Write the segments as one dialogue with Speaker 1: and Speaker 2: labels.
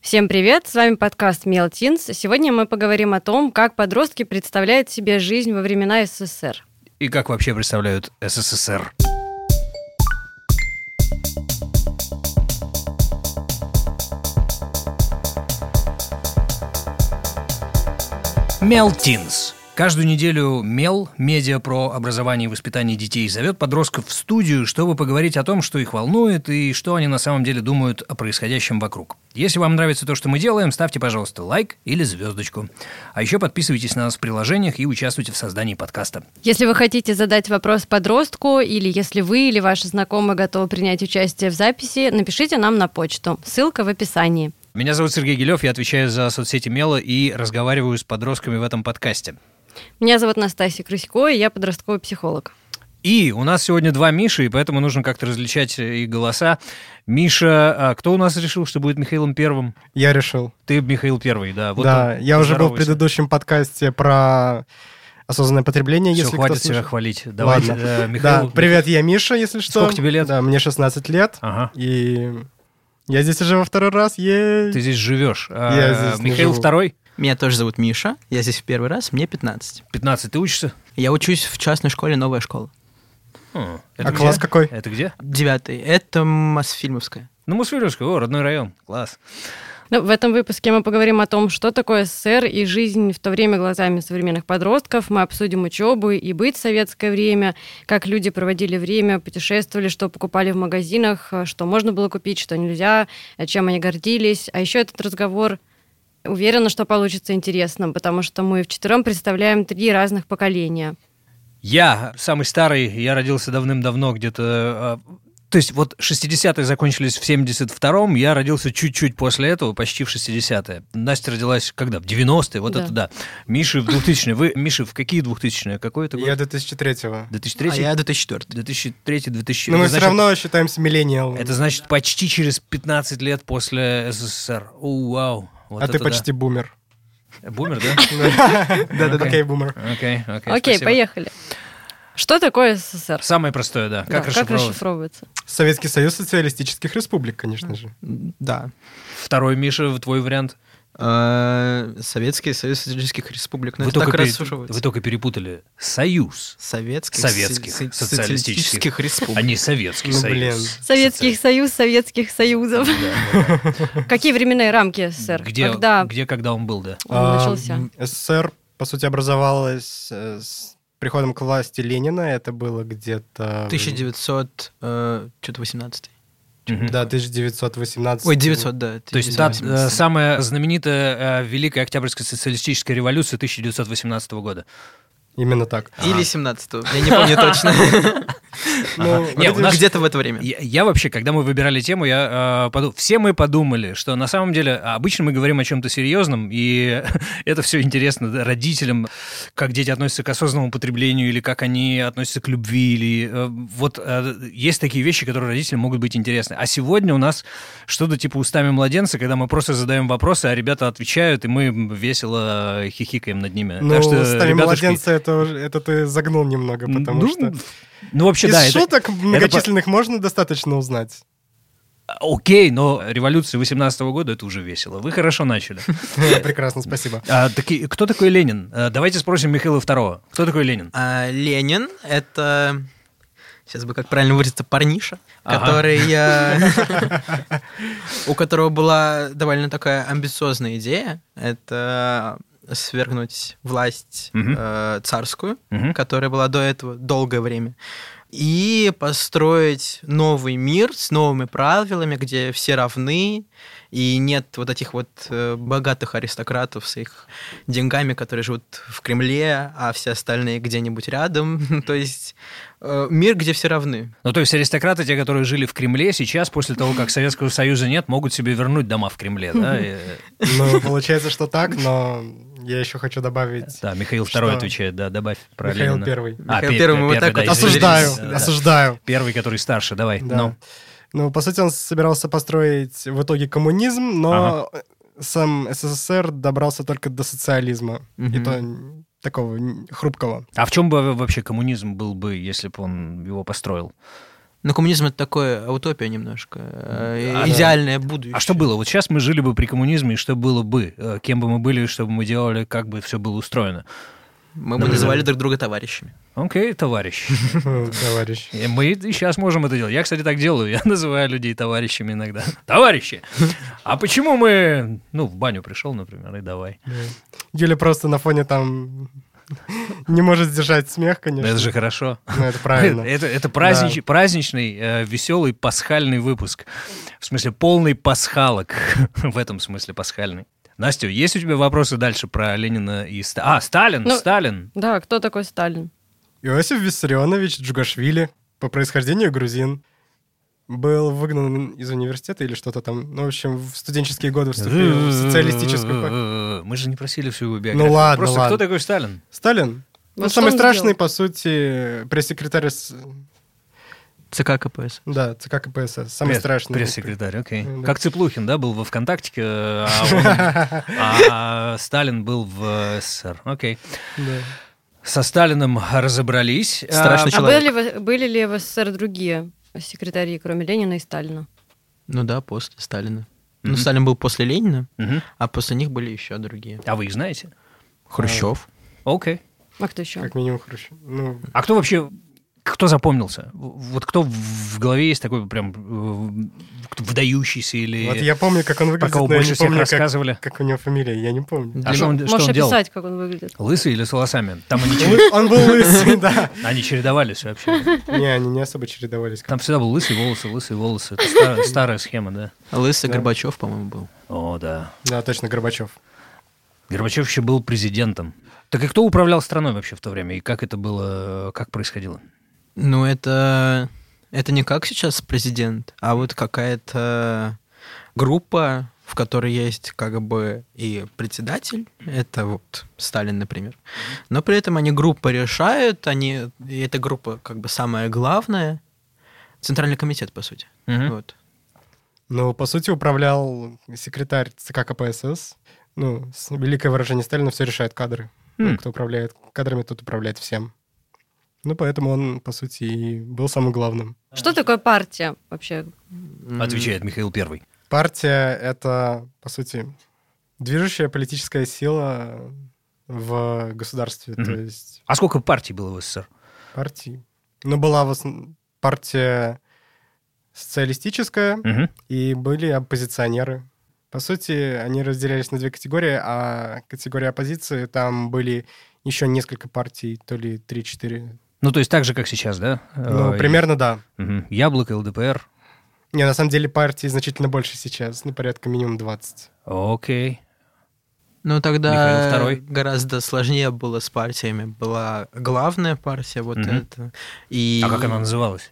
Speaker 1: Всем привет, с вами подкаст «Мел Тинс». Сегодня мы поговорим о том, как подростки представляют себе жизнь во времена СССР.
Speaker 2: И как вообще представляют СССР? Мелтинс. Каждую неделю Мел, медиа про образование и воспитание детей, зовет подростков в студию, чтобы поговорить о том, что их волнует и что они на самом деле думают о происходящем вокруг. Если вам нравится то, что мы делаем, ставьте, пожалуйста, лайк или звездочку. А еще подписывайтесь на нас в приложениях и участвуйте в создании подкаста.
Speaker 1: Если вы хотите задать вопрос подростку, или если вы или ваши знакомые готовы принять участие в записи, напишите нам на почту. Ссылка в описании.
Speaker 2: Меня зовут Сергей Гелев, я отвечаю за соцсети Мела и разговариваю с подростками в этом подкасте.
Speaker 1: Меня зовут Настасья Крысько, и я подростковый психолог.
Speaker 2: И у нас сегодня два Миши, и поэтому нужно как-то различать э, их голоса. Миша, а кто у нас решил, что будет Михаилом Первым?
Speaker 3: Я решил.
Speaker 2: Ты Михаил Первый, да. вот
Speaker 3: да,
Speaker 2: он.
Speaker 3: я уже был в
Speaker 2: Поздоровайся.
Speaker 3: предыдущем подкасте про осознанное потребление,
Speaker 2: Всё,
Speaker 3: если
Speaker 2: хватит
Speaker 3: кто
Speaker 2: себя
Speaker 3: слушает.
Speaker 2: хвалить. Давай,
Speaker 3: Ладно.
Speaker 2: э,
Speaker 3: Да,
Speaker 2: Михаил.
Speaker 3: привет, я Миша, если что.
Speaker 2: Сколько тебе лет?
Speaker 3: Да, мне 16 лет,
Speaker 2: Ага.
Speaker 3: и я здесь уже во второй раз, ей.
Speaker 2: Ты здесь живешь. А,
Speaker 3: Я здесь не
Speaker 2: Михаил
Speaker 3: живу.
Speaker 2: Второй,
Speaker 4: Меня тоже зовут Миша, я здесь в первый раз, мне 15.
Speaker 2: 15. Ты учишься?
Speaker 4: Я учусь в частной школе «Новая школа».
Speaker 2: Хм, это
Speaker 3: А
Speaker 2: где?
Speaker 3: класс какой?
Speaker 2: Это где?
Speaker 4: Девятый. Это Мосфильмовская.
Speaker 2: Ну, Мусфилевская, о, родной район. Класс.
Speaker 1: Ну, в этом выпуске мы поговорим о том, что такое СССР и жизнь в то время глазами современных подростков. Мы обсудим учебу и быт в советское время, как люди проводили время, путешествовали, что покупали в магазинах, э, что можно было купить, что нельзя, э, чем они гордились. А еще этот разговор уверена, что получится интересным, потому что мы вчетвером представляем три разных поколения.
Speaker 2: Я самый старый, я родился давным-давно где-то... э, То есть вот 60-е закончились в 72-м, я родился чуть-чуть после этого, почти в 60-е. Настя родилась когда? В 90-е, вот
Speaker 1: Да.
Speaker 2: это да. Миша в 2000-е. Вы, Миша, в какие 2000-е? Какой это год?
Speaker 3: Я 2003-го.
Speaker 2: 2003
Speaker 4: А я 2004.
Speaker 2: 2003 2000
Speaker 3: Но Ну, мы
Speaker 2: Это
Speaker 3: все
Speaker 2: значит-
Speaker 3: равно считаемся миллениалом.
Speaker 2: Это значит почти через 15 лет после СССР. О, вау. Вот
Speaker 3: а
Speaker 2: это
Speaker 3: ты
Speaker 2: да.
Speaker 3: почти бумер.
Speaker 2: Бумер, да?
Speaker 3: Да-да-да,
Speaker 2: Окей.
Speaker 3: окей, бумер.
Speaker 2: Окей, окей.
Speaker 1: Окей,
Speaker 2: спасибо.
Speaker 1: поехали. Что такое СССР?
Speaker 2: Самое простое, да.
Speaker 1: Да,
Speaker 2: Как расшифровывать?
Speaker 1: расшифровывается?
Speaker 3: Советский Союз социалистических республик, конечно же.
Speaker 4: Да.
Speaker 2: Второй, Миша, твой вариант.
Speaker 4: Э, Советский Союз Социалистических Республик. Ну,
Speaker 2: вы,
Speaker 4: это
Speaker 2: только
Speaker 4: так
Speaker 2: пере-
Speaker 4: расшифровывается.
Speaker 2: вы только перепутали Союз,
Speaker 4: Советских,
Speaker 2: Советских
Speaker 4: со- со-
Speaker 2: социалистических.
Speaker 4: социалистических
Speaker 2: а
Speaker 4: республик.
Speaker 2: не Советский
Speaker 3: Ну,
Speaker 2: Союз.
Speaker 1: Советский Союз, Советских Союзов.
Speaker 2: Соци- Да, да,
Speaker 1: Какие временные рамки, сэр?
Speaker 2: да. Где,
Speaker 1: Когда
Speaker 2: где, когда он был, да?
Speaker 1: он
Speaker 3: А,
Speaker 1: начался?
Speaker 3: м, СССР, по сути, образовалась э, с приходом к власти Ленина. Это было где-то...
Speaker 4: 1900... э, Что-то 18
Speaker 2: Мгм.
Speaker 3: Да, 1918.
Speaker 4: Ой, 900, да.
Speaker 2: То есть та,
Speaker 4: 1918.
Speaker 2: э, самая знаменитая э, Великая Октябрьская социалистическая революция 1918 года.
Speaker 3: Именно так.
Speaker 4: Или 17 Я не помню точно.
Speaker 3: Ну,
Speaker 2: Не, у
Speaker 3: вроде-
Speaker 2: нас-
Speaker 4: Где-то в это время.
Speaker 2: Я, я вообще, когда мы выбирали тему, я э, подумал, все мы подумали, что на самом деле а, обычно мы говорим о чем-то серьезном, и это все интересно да, родителям, как дети относятся к осознанному потреблению, или как они относятся к любви, или э, вот э, есть такие вещи, которые родителям могут быть интересны. А сегодня у нас что-то типа устами младенца, когда мы просто задаем вопросы, а ребята отвечают, и мы весело хихикаем над ними.
Speaker 3: Ну,
Speaker 2: так что,
Speaker 3: стали
Speaker 2: ребятушки,
Speaker 3: младенца, это, уже- это ты загнул немного, потому
Speaker 2: ну,
Speaker 3: что
Speaker 2: ну, вообще,
Speaker 3: из
Speaker 2: да, это-
Speaker 3: шуток многочисленных можно достаточно узнать.
Speaker 2: А, Окей, но революция 18 года это уже весело. Вы хорошо начали.
Speaker 3: Ну, Прекрасно, спасибо.
Speaker 2: А, таки- кто такой Ленин? А, давайте спросим Михаила Второго. Кто такой Ленин?
Speaker 4: А, Ленин — это... Сейчас бы как правильно выразиться, парниша,
Speaker 2: Ага.
Speaker 4: который... э, У которого была довольно такая амбициозная идея. Это свергнуть власть
Speaker 2: Мгм.
Speaker 4: э, царскую,
Speaker 2: Мгм.
Speaker 4: которая была до этого долгое время, и построить новый мир с новыми правилами, где все равны, и нет вот этих вот э, богатых аристократов с их деньгами, которые живут в Кремле, а все остальные где-нибудь рядом. То есть э, мир, где все равны.
Speaker 2: Ну, то есть аристократы, те, которые жили в Кремле, сейчас, после того, как Советского Союза нет, могут себе вернуть дома в Кремле. Да, И, э,
Speaker 3: Ну, получается, что так, но я еще хочу добавить...
Speaker 2: да Михаил Второй
Speaker 3: Что?
Speaker 2: отвечает, да, добавь про
Speaker 3: Михаил
Speaker 2: Ленина.
Speaker 3: Первый.
Speaker 2: А,
Speaker 4: Михаил
Speaker 2: пе-
Speaker 4: Первый, мы вот
Speaker 2: первый,
Speaker 4: так вот
Speaker 2: да, извините.
Speaker 3: Осуждаю,
Speaker 2: Да, да.
Speaker 3: осуждаю.
Speaker 2: Первый, который старше, давай.
Speaker 3: Да.
Speaker 2: Ну.
Speaker 3: Ну, по сути, он собирался построить в итоге коммунизм, но сам СССР добрался только до социализма. И
Speaker 4: Мгм.
Speaker 3: то н- такого н- хрупкого.
Speaker 2: А в чем бы вообще коммунизм был бы, если бы он его построил?
Speaker 4: Но коммунизм это такое утопия немножко, э, идеальное будущее.
Speaker 2: А что было? Вот сейчас мы жили бы при коммунизме, и что было бы? Э, Кем бы мы были, что бы мы делали, как бы все было устроено?
Speaker 4: Мы бы называли друг друга товарищами.
Speaker 2: Окей, товарищ.
Speaker 3: Товарищ.
Speaker 2: И мы и сейчас можем это делать. Я, кстати, так делаю. Я называю людей товарищами иногда. Товарищи! А почему мы... Ну, в баню пришел, например, и давай.
Speaker 3: Юля просто на фоне там не может сдержать смех, конечно.
Speaker 2: Это же Э, хорошо.
Speaker 3: Ну, это правильно.
Speaker 2: Это, это празднич- праздничный, э, веселый пасхальный выпуск. В смысле, полный пасхалок. в этом смысле пасхальный. Настя, есть у тебя вопросы дальше про Ленина и Ста- А, Сталин,
Speaker 1: Ну-
Speaker 2: Сталин.
Speaker 1: Да, кто такой Сталин?
Speaker 3: Иосиф Виссарионович Джугашвили, по происхождению грузин, был выгнан из университета или что-то там. Ну, в общем, в студенческие годы
Speaker 2: Э,
Speaker 3: вступил в социалистическую партию.
Speaker 2: Мы же не просили всю его биографию.
Speaker 3: ладно,
Speaker 2: Просто
Speaker 3: ладно.
Speaker 2: кто такой Сталин?
Speaker 3: Сталин?
Speaker 1: Вот
Speaker 3: ну,
Speaker 1: что
Speaker 3: самый
Speaker 1: он
Speaker 3: страшный,
Speaker 1: сделал?
Speaker 3: по сути, пресс-секретарь С-
Speaker 4: ЦК КПСС.
Speaker 3: да, ЦК КПСС. Самый
Speaker 2: Пресс-
Speaker 3: страшный.
Speaker 2: Пресс-секретарь, окей.
Speaker 3: Ну, да.
Speaker 2: Как Цыплухин, да, был во ВКонтакте, э, а он- а Сталин был в СССР. Окей.
Speaker 3: Да.
Speaker 2: Со Сталиным разобрались.
Speaker 4: Страшный
Speaker 2: А,
Speaker 1: А
Speaker 4: человек.
Speaker 1: были, ли в- были ли в СССР другие секретари, кроме Ленина и Сталина?
Speaker 4: Ну да, после Сталина. Ну,
Speaker 2: Мгм.
Speaker 4: Сталин был после Ленина,
Speaker 2: мгм.
Speaker 4: а после них были еще другие.
Speaker 2: А вы их знаете?
Speaker 4: Хрущев.
Speaker 2: Окей.
Speaker 1: А кто еще?
Speaker 3: Как минимум Хрущев. Ну,
Speaker 2: А кто вообще, кто запомнился? Вот кто в- в голове есть такой прям э, кто выдающийся или...
Speaker 3: вот я помню, как он
Speaker 2: про
Speaker 3: выглядит,
Speaker 2: кого
Speaker 3: но я не
Speaker 2: больше всех
Speaker 3: помню, как,
Speaker 2: рассказывали?
Speaker 3: как у него фамилия. Я не помню.
Speaker 2: А что он, что
Speaker 1: Можешь
Speaker 2: он делал?
Speaker 1: описать, как он выглядит?
Speaker 2: Лысый или с волосами? Там они, черед-
Speaker 3: Лы- Он был лысый, да.
Speaker 2: они чередовались вообще.
Speaker 3: Не, они не особо чередовались.
Speaker 2: Там всегда был лысый волосы, лысые волосы. Это старая, старая схема, да?
Speaker 4: Лысый
Speaker 3: Да.
Speaker 4: Горбачев, по-моему, был.
Speaker 2: О, да.
Speaker 3: Да, точно, Горбачев.
Speaker 2: Горбачев еще был президентом. Так и кто управлял страной вообще в то время? И как это было, как происходило?
Speaker 4: Ну, это... Это не как сейчас президент, а вот какая-то группа, в которой есть как бы и председатель, это вот Сталин, например. Но при этом они группа решают, они... И эта группа как бы самая главная. Центральный комитет, по сути.
Speaker 2: Мгм.
Speaker 4: Вот.
Speaker 3: Ну, по сути, управлял секретарь ЦК КПСС. Ну, с- великое выражение Сталина все решает кадры. Ну,
Speaker 1: Хм.
Speaker 2: М.
Speaker 3: Кто управляет кадрами, тот управляет всем. Ну, поэтому он, по сути, и был самым главным.
Speaker 1: Что такое партия вообще?
Speaker 4: М,
Speaker 2: Отвечает Михаил Первый.
Speaker 3: Партия — это, по сути, движущая политическая сила в государстве, то
Speaker 2: Мгм.
Speaker 3: есть
Speaker 2: А сколько партий было в СССР?
Speaker 3: партии. Ну, была в основ- партия социалистическая,
Speaker 2: Мгм.
Speaker 3: и были оппозиционеры. По сути, они разделялись на две категории, а категория оппозиции там были еще несколько партий, то ли 3-4.
Speaker 2: Ну, то есть так же, как сейчас, да?
Speaker 3: Ну,
Speaker 2: Э,
Speaker 3: примерно да.
Speaker 2: Мгм. Яблоко, ЛДПр.
Speaker 3: Не, на самом деле партий значительно больше сейчас, ну, порядка минимум 20.
Speaker 2: Окей.
Speaker 4: Ну,
Speaker 2: Михаил
Speaker 4: тогда
Speaker 2: Второй.
Speaker 4: гораздо сложнее было с партиями. Была главная партия, вот
Speaker 2: Мгм.
Speaker 4: эта. И...
Speaker 2: А как она называлась?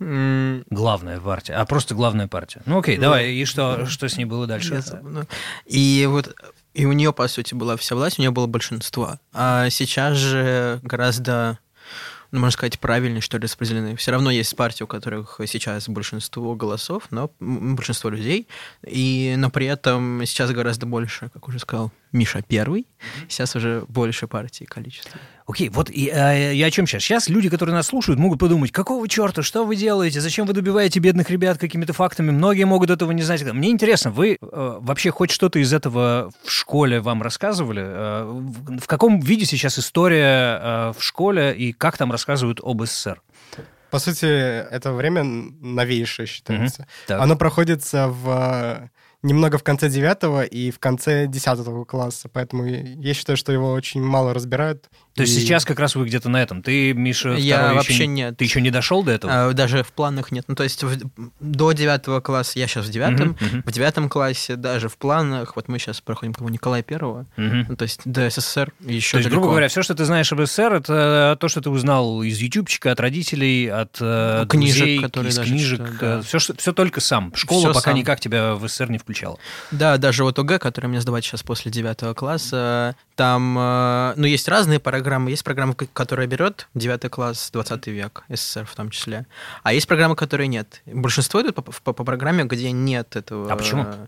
Speaker 4: М,
Speaker 2: Главная партия. А просто главная партия. Ну окей, давай. И что, что с ней было дальше?
Speaker 4: я забыл. ну, И вот и у нее, по сути, была вся власть, у нее было большинство. А сейчас же гораздо, ну, можно сказать, правильнее, что ли, распределены. Все равно есть партии, у которых сейчас большинство голосов, но м, большинство людей. И, но при этом сейчас гораздо больше, как уже сказал Миша Первый, сейчас уже больше партий количество.
Speaker 2: Окей, вот и, э, я о чем сейчас? Сейчас люди, которые нас слушают, могут подумать, какого черта, что вы делаете, зачем вы добиваете бедных ребят какими-то фактами, многие могут этого не знать. Мне интересно, вы э, вообще хоть что-то из этого в школе вам рассказывали? Э, в, в каком виде сейчас история э, в школе и как там рассказывают об СССР?
Speaker 3: По сути, это время новейшее считается.
Speaker 2: Так.
Speaker 3: Оно проходится в э, немного в конце девятого и в конце десятого класса, поэтому я- я считаю, что его очень мало разбирают.
Speaker 2: То есть
Speaker 3: И-
Speaker 2: сейчас как раз вы где-то на этом. Ты, Миша,
Speaker 4: Я
Speaker 2: второй
Speaker 4: вообще
Speaker 2: еще... не-
Speaker 4: нет.
Speaker 2: Ты еще не дошел до этого?
Speaker 4: А, даже в планах нет. Ну, то есть в- до девятого класса, я сейчас в девятом,
Speaker 2: Мгм, мгм,
Speaker 4: в девятом классе даже в планах, вот мы сейчас проходим кого Николая Первого,
Speaker 2: мгм.
Speaker 4: ну, то есть до СССР еще
Speaker 2: То есть, грубо
Speaker 4: далеко.
Speaker 2: говоря, все, что ты знаешь об СССР, это то, что ты узнал из ютубчика, от родителей, от э,
Speaker 4: Ну, книжек,
Speaker 2: друзей,
Speaker 4: которые
Speaker 2: из
Speaker 4: даже
Speaker 2: книжек. э,
Speaker 4: читаю, да.
Speaker 2: все, все только сам. Школа
Speaker 4: Всё
Speaker 2: пока
Speaker 4: сам.
Speaker 2: никак тебя в СССР не включала.
Speaker 4: Да, даже вот ОГЭ, который мне сдавать сейчас после девятого класса, там, э, ну, есть разные программы. Есть программы, к- которые берет девятый класс, 20 век, СССР в том числе. А есть программы, которые нет. Большинство идут по, по- по программе, где нет этого.
Speaker 2: А почему?
Speaker 4: э,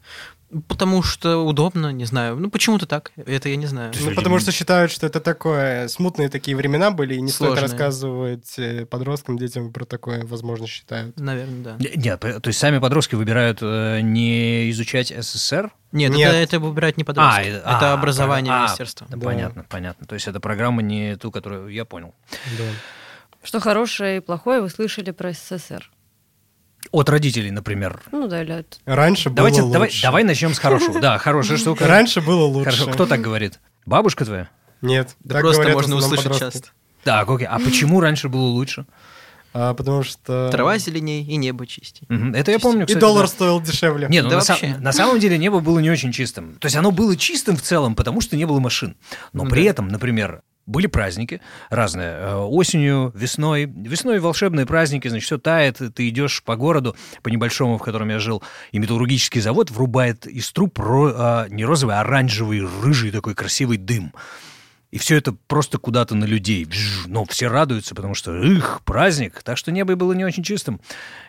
Speaker 4: Потому что удобно, не знаю. Ну, почему-то так. Это я не знаю.
Speaker 3: Ну, потому что считают, что это такое... э, Смутные такие времена были, и не стоит
Speaker 4: Сложные.
Speaker 3: рассказывать э, подросткам, детям про такое, возможно, считают.
Speaker 4: Наверное, да.
Speaker 2: Не- Нет, п- то есть сами подростки выбирают э, не изучать СССР?
Speaker 4: Нет,
Speaker 3: Нет.
Speaker 4: Это, это выбирать не подростки.
Speaker 2: А, э,
Speaker 4: это
Speaker 2: а,
Speaker 4: образование
Speaker 2: а,
Speaker 4: министерства.
Speaker 2: да,
Speaker 3: Да.
Speaker 2: Понятно, понятно. То есть это программа не ту, которую я понял.
Speaker 1: Что хорошее и плохое вы слышали про СССР?
Speaker 2: От родителей, например.
Speaker 1: Ну да, или от-
Speaker 3: Раньше
Speaker 2: Давайте,
Speaker 3: было
Speaker 2: давай,
Speaker 3: лучше.
Speaker 2: давай начнем с хорошего. Да, хорошая штука.
Speaker 3: Раньше было лучше.
Speaker 2: Хорошо. Кто так говорит? Бабушка твоя?
Speaker 3: Нет.
Speaker 4: Да
Speaker 3: так
Speaker 4: просто
Speaker 3: говорят в
Speaker 4: можно
Speaker 3: основном
Speaker 4: услышать
Speaker 3: подростки.
Speaker 4: часто.
Speaker 2: Так, окей. А почему раньше было лучше?
Speaker 3: А, потому что...
Speaker 4: Трава зеленей и небо чистей.
Speaker 2: Мгм, Это я помню,
Speaker 3: И
Speaker 2: кстати,
Speaker 3: доллар
Speaker 2: да.
Speaker 3: стоил дешевле.
Speaker 2: Не, ну
Speaker 4: Да
Speaker 2: на, са-
Speaker 4: вообще.
Speaker 2: на самом деле небо было не очень чистым. То есть оно было чистым в целом, потому что не было машин. Но
Speaker 4: Ну
Speaker 2: при
Speaker 4: да.
Speaker 2: этом, например, были праздники разные. э, Осенью, весной. Весной волшебные праздники, значит, все тает. и Ты идешь по городу, по небольшому, в котором я жил, и металлургический завод врубает из труб ро- а, не розовый, а оранжевый, рыжий такой красивый дым. И все это просто куда-то на людей. Бжж. Но все радуются, потому что их праздник. Так что небо и было не очень чистым.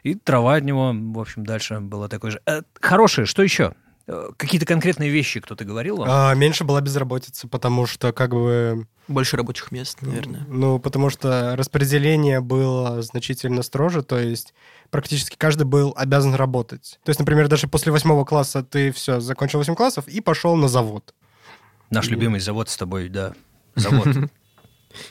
Speaker 2: И трава от него, в общем, дальше была такой же. Э, Хорошее, что еще? Э, Какие-то конкретные вещи кто-то говорил вам?
Speaker 3: А, меньше была безработица, потому что как бы...
Speaker 4: Больше рабочих мест, наверное.
Speaker 3: Ну, потому что распределение было значительно строже, то есть практически каждый был обязан работать. То есть, например, даже после восьмого класса ты все, закончил 8 классов и пошел на завод.
Speaker 2: Наш любимый завод с тобой, да. Завод.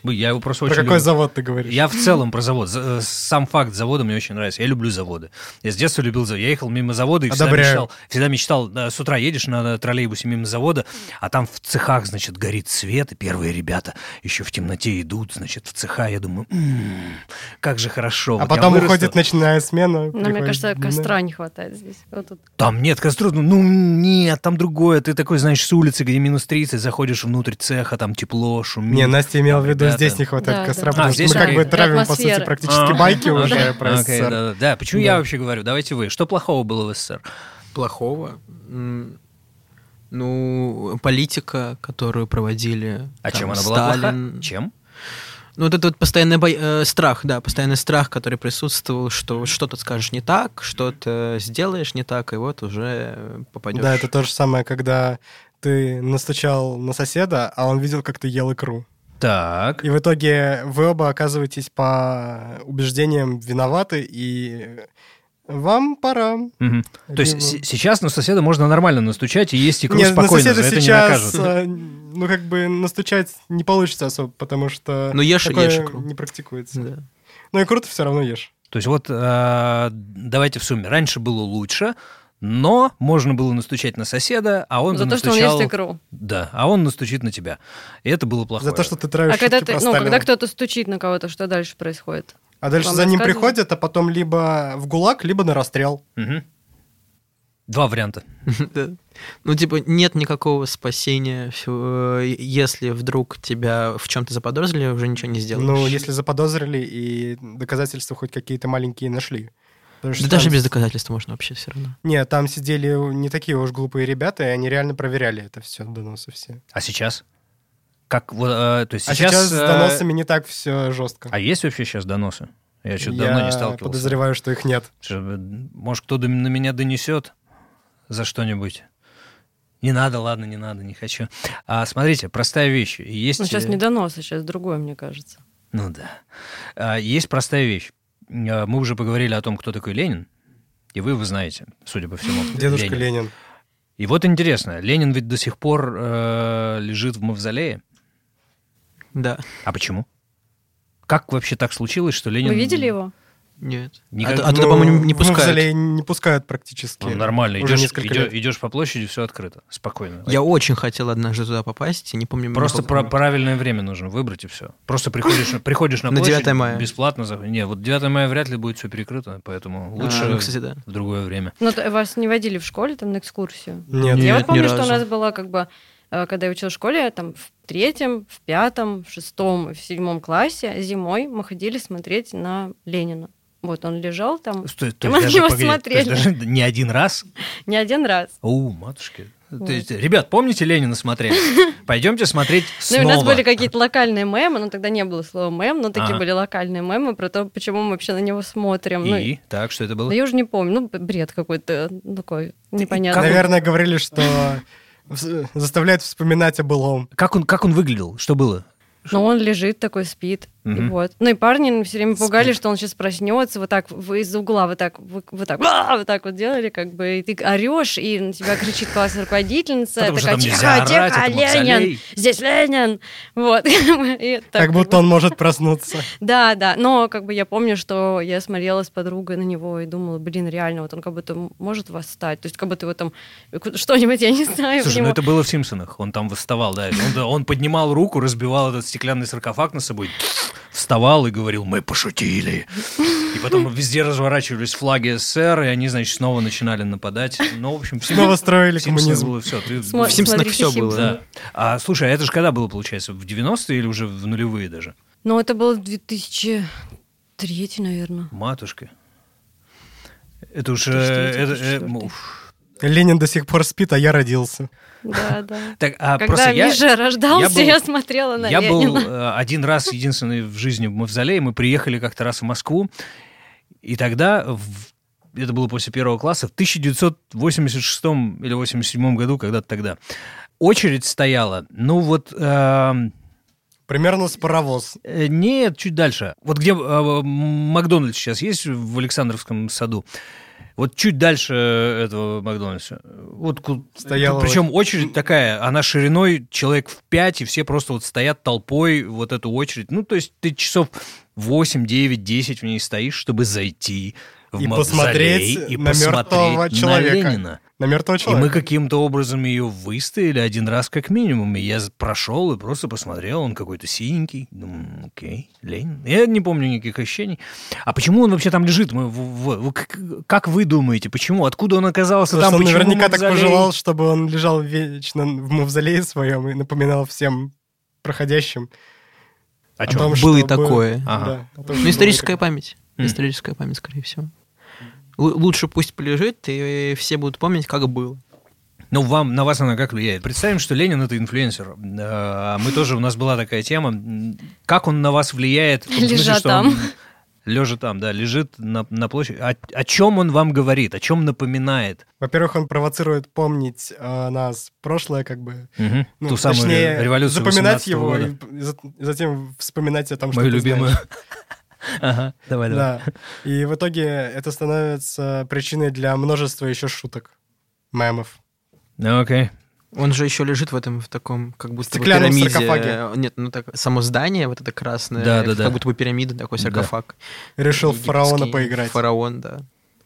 Speaker 2: Ну, Я его просто
Speaker 3: Про
Speaker 2: очень
Speaker 3: какой
Speaker 2: люблю.
Speaker 3: завод ты говоришь?
Speaker 2: Я в целом про завод. За- э, Сам факт завода мне очень нравится. Я люблю заводы. Я с детства любил завод. Я ехал мимо завода и всегда
Speaker 3: Одобряю.
Speaker 2: мечтал, всегда мечтал, да, с утра едешь на на троллейбусе мимо завода, а там в цехах, значит, горит свет, и первые ребята еще в темноте идут, значит, в цеха. Я думаю, «М, как же хорошо.
Speaker 3: А
Speaker 2: Вот я
Speaker 3: потом
Speaker 2: вырасту.
Speaker 3: уходит ночная
Speaker 1: Нам,
Speaker 3: смена.
Speaker 1: Ну, мне
Speaker 3: приходит
Speaker 1: кажется,
Speaker 3: дневная.
Speaker 1: костра не хватает здесь. Вот тут.
Speaker 2: Там нет костров, ну, ну нет, там другое. Ты такой, знаешь, с улицы, где минус 30, заходишь внутрь цеха, там тепло, шумит.
Speaker 3: Не, Настя имела в виду,
Speaker 2: Ребята.
Speaker 3: здесь не хватает
Speaker 1: Да,
Speaker 3: костра,
Speaker 1: да.
Speaker 3: потому
Speaker 2: А,
Speaker 3: что
Speaker 2: здесь
Speaker 3: мы как
Speaker 2: окей.
Speaker 3: бы травим, по
Speaker 1: Атмосфера.
Speaker 3: сути, практически
Speaker 2: А,
Speaker 3: байки
Speaker 2: окей,
Speaker 3: уже про
Speaker 2: окей, да,
Speaker 3: СССР.
Speaker 2: да, да. Почему я
Speaker 3: Да.
Speaker 2: вообще говорю? Давайте вы. Что плохого было в СССР?
Speaker 4: Плохого? М, Ну, политика, которую проводили
Speaker 2: А
Speaker 4: там,
Speaker 2: чем она была
Speaker 4: Сталин.
Speaker 2: плоха? Чем?
Speaker 4: Ну, вот этот вот постоянный бо- э, страх, да, постоянный страх, который присутствовал, что вот что-то скажешь не так, что-то сделаешь не так, и вот уже попадешь.
Speaker 3: Да, это то же самое, когда ты настучал на соседа, а он видел, как ты ел икру.
Speaker 2: Так.
Speaker 3: И в итоге вы оба оказываетесь по убеждениям виноваты, и вам пора. ну,
Speaker 2: Мгм. То есть
Speaker 3: Либо-
Speaker 2: се- сейчас на соседа можно нормально настучать и есть икру
Speaker 3: Нет,
Speaker 2: спокойно,
Speaker 3: на
Speaker 2: за
Speaker 3: соседа
Speaker 2: это не
Speaker 3: сейчас,
Speaker 2: накажут.
Speaker 3: э, ну, как бы настучать не получится особо, потому что
Speaker 4: Ну, ешь и
Speaker 3: такое
Speaker 4: ешь икру.
Speaker 3: не практикуется. Ну,
Speaker 4: Да.
Speaker 3: Но икру ты все равно ешь.
Speaker 2: То есть вот э, давайте в сумме. Раньше было лучше, но можно было настучать на соседа, а он бы
Speaker 1: За то, что он
Speaker 2: настучал-
Speaker 1: ест икру.
Speaker 2: Да, а он настучит на тебя. И это было плохое.
Speaker 3: За то, что ты травишь
Speaker 1: А когда,
Speaker 3: шутки
Speaker 1: ты,
Speaker 3: про
Speaker 1: ну, когда
Speaker 3: типа, Сталина.
Speaker 1: кто-то стучит на кого-то, что дальше происходит?
Speaker 3: А дальше
Speaker 1: Вам
Speaker 3: за ним
Speaker 1: рассказывали?
Speaker 3: приходят, а потом либо в ГУЛАГ, либо на расстрел.
Speaker 2: Мгм. Два варианта.
Speaker 4: Да. Ну, типа, нет никакого спасения, всё, э, если вдруг тебя в чем-то заподозрили, уже ничего не сделаешь.
Speaker 3: Ну, если заподозрили и доказательства хоть какие-то маленькие нашли. Потому
Speaker 4: Да
Speaker 3: что
Speaker 4: даже
Speaker 3: там-
Speaker 4: без доказательств можно вообще все равно.
Speaker 3: Не, там сидели не такие уж глупые ребята, и они реально проверяли это все, доносы все.
Speaker 2: А сейчас? Как вот, э, то есть
Speaker 3: а сейчас с
Speaker 2: э,
Speaker 3: доносами не так все жестко.
Speaker 2: А есть вообще сейчас доносы? Я что-то давно не сталкивался.
Speaker 3: подозреваю, что их нет.
Speaker 2: Что, Может, кто-то на меня донесет за что-нибудь? Не надо, ладно, не надо, не хочу. А, смотрите, простая вещь. Есть...
Speaker 1: Ну, сейчас
Speaker 2: э,
Speaker 1: не донос, а сейчас другое, мне кажется.
Speaker 2: Ну да. А, Есть простая вещь. А, Мы уже поговорили о том, кто такой Ленин. И вы его знаете, судя по всему.
Speaker 3: Дедушка Ленин.
Speaker 2: И вот интересно, Ленин ведь до сих пор э, лежит в мавзолее.
Speaker 4: Да,
Speaker 2: А почему? Как вообще так случилось, что Ленин...
Speaker 1: Вы видели его?
Speaker 4: нет.
Speaker 2: Никак-
Speaker 4: А, то- а туда,
Speaker 3: Ну,
Speaker 4: по-моему, не
Speaker 3: в
Speaker 4: пускают.
Speaker 3: мавзолей не пускают практически.
Speaker 2: Он нормально,
Speaker 3: Уже
Speaker 2: идешь,
Speaker 3: несколько
Speaker 2: идё-
Speaker 3: лет.
Speaker 2: идешь по площади, все открыто, спокойно.
Speaker 4: Я очень хотел однажды туда попасть, и не помню... мне
Speaker 2: Просто
Speaker 4: было-
Speaker 2: про- правильное время нужно выбрать и все. Просто приходишь, на- приходишь на
Speaker 4: На
Speaker 2: площадь,
Speaker 4: 9 мая.
Speaker 2: бесплатно. за- Не, вот 9 мая вряд ли будет все перекрыто, поэтому
Speaker 4: А,
Speaker 2: лучше
Speaker 4: ну, кстати, да.
Speaker 2: в другое время.
Speaker 1: Ну, т- вас не водили в школе там на экскурсию?
Speaker 3: Нет,
Speaker 4: Нет.
Speaker 1: я вот помню,
Speaker 4: ни
Speaker 1: что у
Speaker 4: разу.
Speaker 1: нас была как бы, э, когда я училась в школе, там в третьем, в пятом, в шестом, и в седьмом классе зимой мы ходили смотреть на Ленина. Вот он лежал там Мы
Speaker 2: Стой, есть
Speaker 1: на
Speaker 2: даже,
Speaker 1: него
Speaker 2: погоди, то есть
Speaker 1: смотрели.
Speaker 2: даже не один раз?
Speaker 1: не один раз.
Speaker 2: У, матушки. То есть, ребят, помните Ленина смотрели? Пойдемте смотреть
Speaker 1: Ну, и
Speaker 2: снова.
Speaker 1: у нас были какие-то локальные мемы, но тогда не было слова мем, но такие
Speaker 2: Ага.
Speaker 1: были локальные мемы про то, почему мы вообще на него смотрим. Ну,
Speaker 2: И? Так, что это было?
Speaker 1: да я уже не помню, ну, бред какой-то ну, такой непонятный.
Speaker 3: Наверное, говорили, что вз- заставляет вспоминать о былом.
Speaker 2: Как он, как он выглядел? Что было?
Speaker 1: Но он лежит такой, спит. И
Speaker 2: Мгм.
Speaker 1: вот. Ну и парни все время
Speaker 2: Спит.
Speaker 1: пугали, что он сейчас проснется, вот так в- из угла, вот так, вот, вот так, «А!» вот так вот делали, как бы, и ты орешь, и на тебя кричит классная руководительница,
Speaker 2: Потому что
Speaker 1: такая,
Speaker 2: там а
Speaker 1: тихо,
Speaker 2: нельзя орать,
Speaker 1: тихо,
Speaker 2: это мавзолей».
Speaker 1: а Ленин, здесь Ленин, вот. И так
Speaker 3: Как будто он может проснуться.
Speaker 1: Да, да, но как бы я помню, что я смотрела с подругой на него и думала, блин, реально, вот он как будто м- может восстать, то есть как будто его там э, что-нибудь, я не знаю, в
Speaker 2: Слушай, ну
Speaker 1: него-
Speaker 2: это было в «Симпсонах». Он там восставал, да. Он, да, он поднимал руку, разбивал этот стеклянный саркофаг на собой, вставал и говорил «Мы пошутили». И потом везде разворачивались флаги СССР, и они, значит, снова начинали нападать. Ну, в общем, в
Speaker 3: Снова
Speaker 2: «Симпсонах»
Speaker 3: строили коммунизм.
Speaker 2: было все. Ты...
Speaker 1: Смо-
Speaker 4: В «Симпсонах»
Speaker 1: смотрите
Speaker 4: всё было.
Speaker 1: «Симпсоны».
Speaker 2: Да. А, слушай, а это же когда было, получается? В 90-е или уже в нулевые даже?
Speaker 1: Ну, это было 2003, наверное.
Speaker 2: Матушки. Это уже...
Speaker 1: Тысяча
Speaker 2: это,
Speaker 1: девятьсот
Speaker 2: э,
Speaker 1: четвёртый.
Speaker 2: уф.
Speaker 3: Ленин до сих пор спит, а я родился.
Speaker 1: Да, да.
Speaker 2: Так, а
Speaker 1: Когда
Speaker 2: просто я...
Speaker 1: Миша рождался,
Speaker 2: я
Speaker 1: я,
Speaker 2: был-
Speaker 1: смотрела на
Speaker 2: Я был
Speaker 1: Ленина.
Speaker 2: э, один раз, единственный в жизни в мавзолее. Мы приехали как-то раз в Москву, и тогда, в- это было после первого класса, в 1986 или 87 году, когда-то тогда, очередь стояла, ну вот... эм,
Speaker 3: Примерно с паровоз.
Speaker 2: Э, Нет, чуть дальше. Вот где э, м, Макдональдс сейчас есть в Александровском саду. Вот чуть дальше этого Макдональдса. Вот ку-
Speaker 3: Стояла
Speaker 2: Причем очередь такая, она шириной человек в 5, и все просто вот стоят толпой вот эту очередь. Ну, то есть ты часов 8, 9, 10 в ней стоишь, чтобы зайти в
Speaker 3: И
Speaker 2: мавзолей
Speaker 3: посмотреть
Speaker 2: и
Speaker 3: на мертвого
Speaker 2: посмотреть
Speaker 3: человека.
Speaker 2: на Ленина.
Speaker 3: На мертвого
Speaker 2: И мы
Speaker 3: человека.
Speaker 2: каким-то образом ее выстояли один раз как минимум. И я прошел и просто посмотрел, он какой-то синенький. Думаю, окей, Ленин. Я не помню никаких ощущений. А почему он вообще там лежит? Мы, в- в- вы как- как вы думаете, почему? Откуда он оказался
Speaker 3: Потому
Speaker 2: там?
Speaker 3: что он
Speaker 2: Почему
Speaker 3: наверняка так
Speaker 2: мавзолей?
Speaker 3: пожелал, чтобы он лежал вечно в мавзолее своем и напоминал всем проходящим
Speaker 2: О
Speaker 3: о
Speaker 2: чем?
Speaker 3: том,
Speaker 4: А Было и
Speaker 3: что
Speaker 4: такое.
Speaker 2: Ага.
Speaker 3: Да, о том, что
Speaker 4: Ну,
Speaker 3: было.
Speaker 4: историческая память.
Speaker 2: М.
Speaker 4: Историческая память, скорее всего. Лу- Лучше пусть полежит, и все будут помнить, как было.
Speaker 2: Ну, вам, на вас она как влияет? Представим, что Ленин — это инфлюенсер. Э, Мы тоже, у нас была такая тема. М, Как он на вас влияет? В смысле,
Speaker 1: Лежа
Speaker 2: что он- Лежа там, да, лежит на, на площади. О, о чем он вам говорит? О чем напоминает?
Speaker 3: Во-первых, он провоцирует помнить э, нас прошлое, как бы.
Speaker 2: Мгм.
Speaker 3: ну,
Speaker 2: Ту самую
Speaker 3: точнее,
Speaker 2: революцию
Speaker 3: Запоминать
Speaker 2: 18-го
Speaker 3: его
Speaker 2: года.
Speaker 3: и п- и за- и затем вспоминать о том, что
Speaker 2: Мою
Speaker 3: ты
Speaker 2: любимую.
Speaker 3: знаешь.
Speaker 2: Ага, давай, давай.
Speaker 3: Да. И в итоге это становится причиной для множества еще шуток, мемов.
Speaker 2: Ну, Окей.
Speaker 4: Он же еще лежит в этом, в таком, как будто
Speaker 3: Стеклянном
Speaker 4: бы пирамиде.
Speaker 3: саркофаге.
Speaker 4: Нет, ну так, само здание вот это красное,
Speaker 2: Да, да,
Speaker 4: как
Speaker 2: да.
Speaker 4: будто бы пирамида, такой
Speaker 2: Да.
Speaker 4: саркофаг.
Speaker 3: Решил в
Speaker 4: Египетский
Speaker 3: фараона поиграть.
Speaker 4: Фараон, да.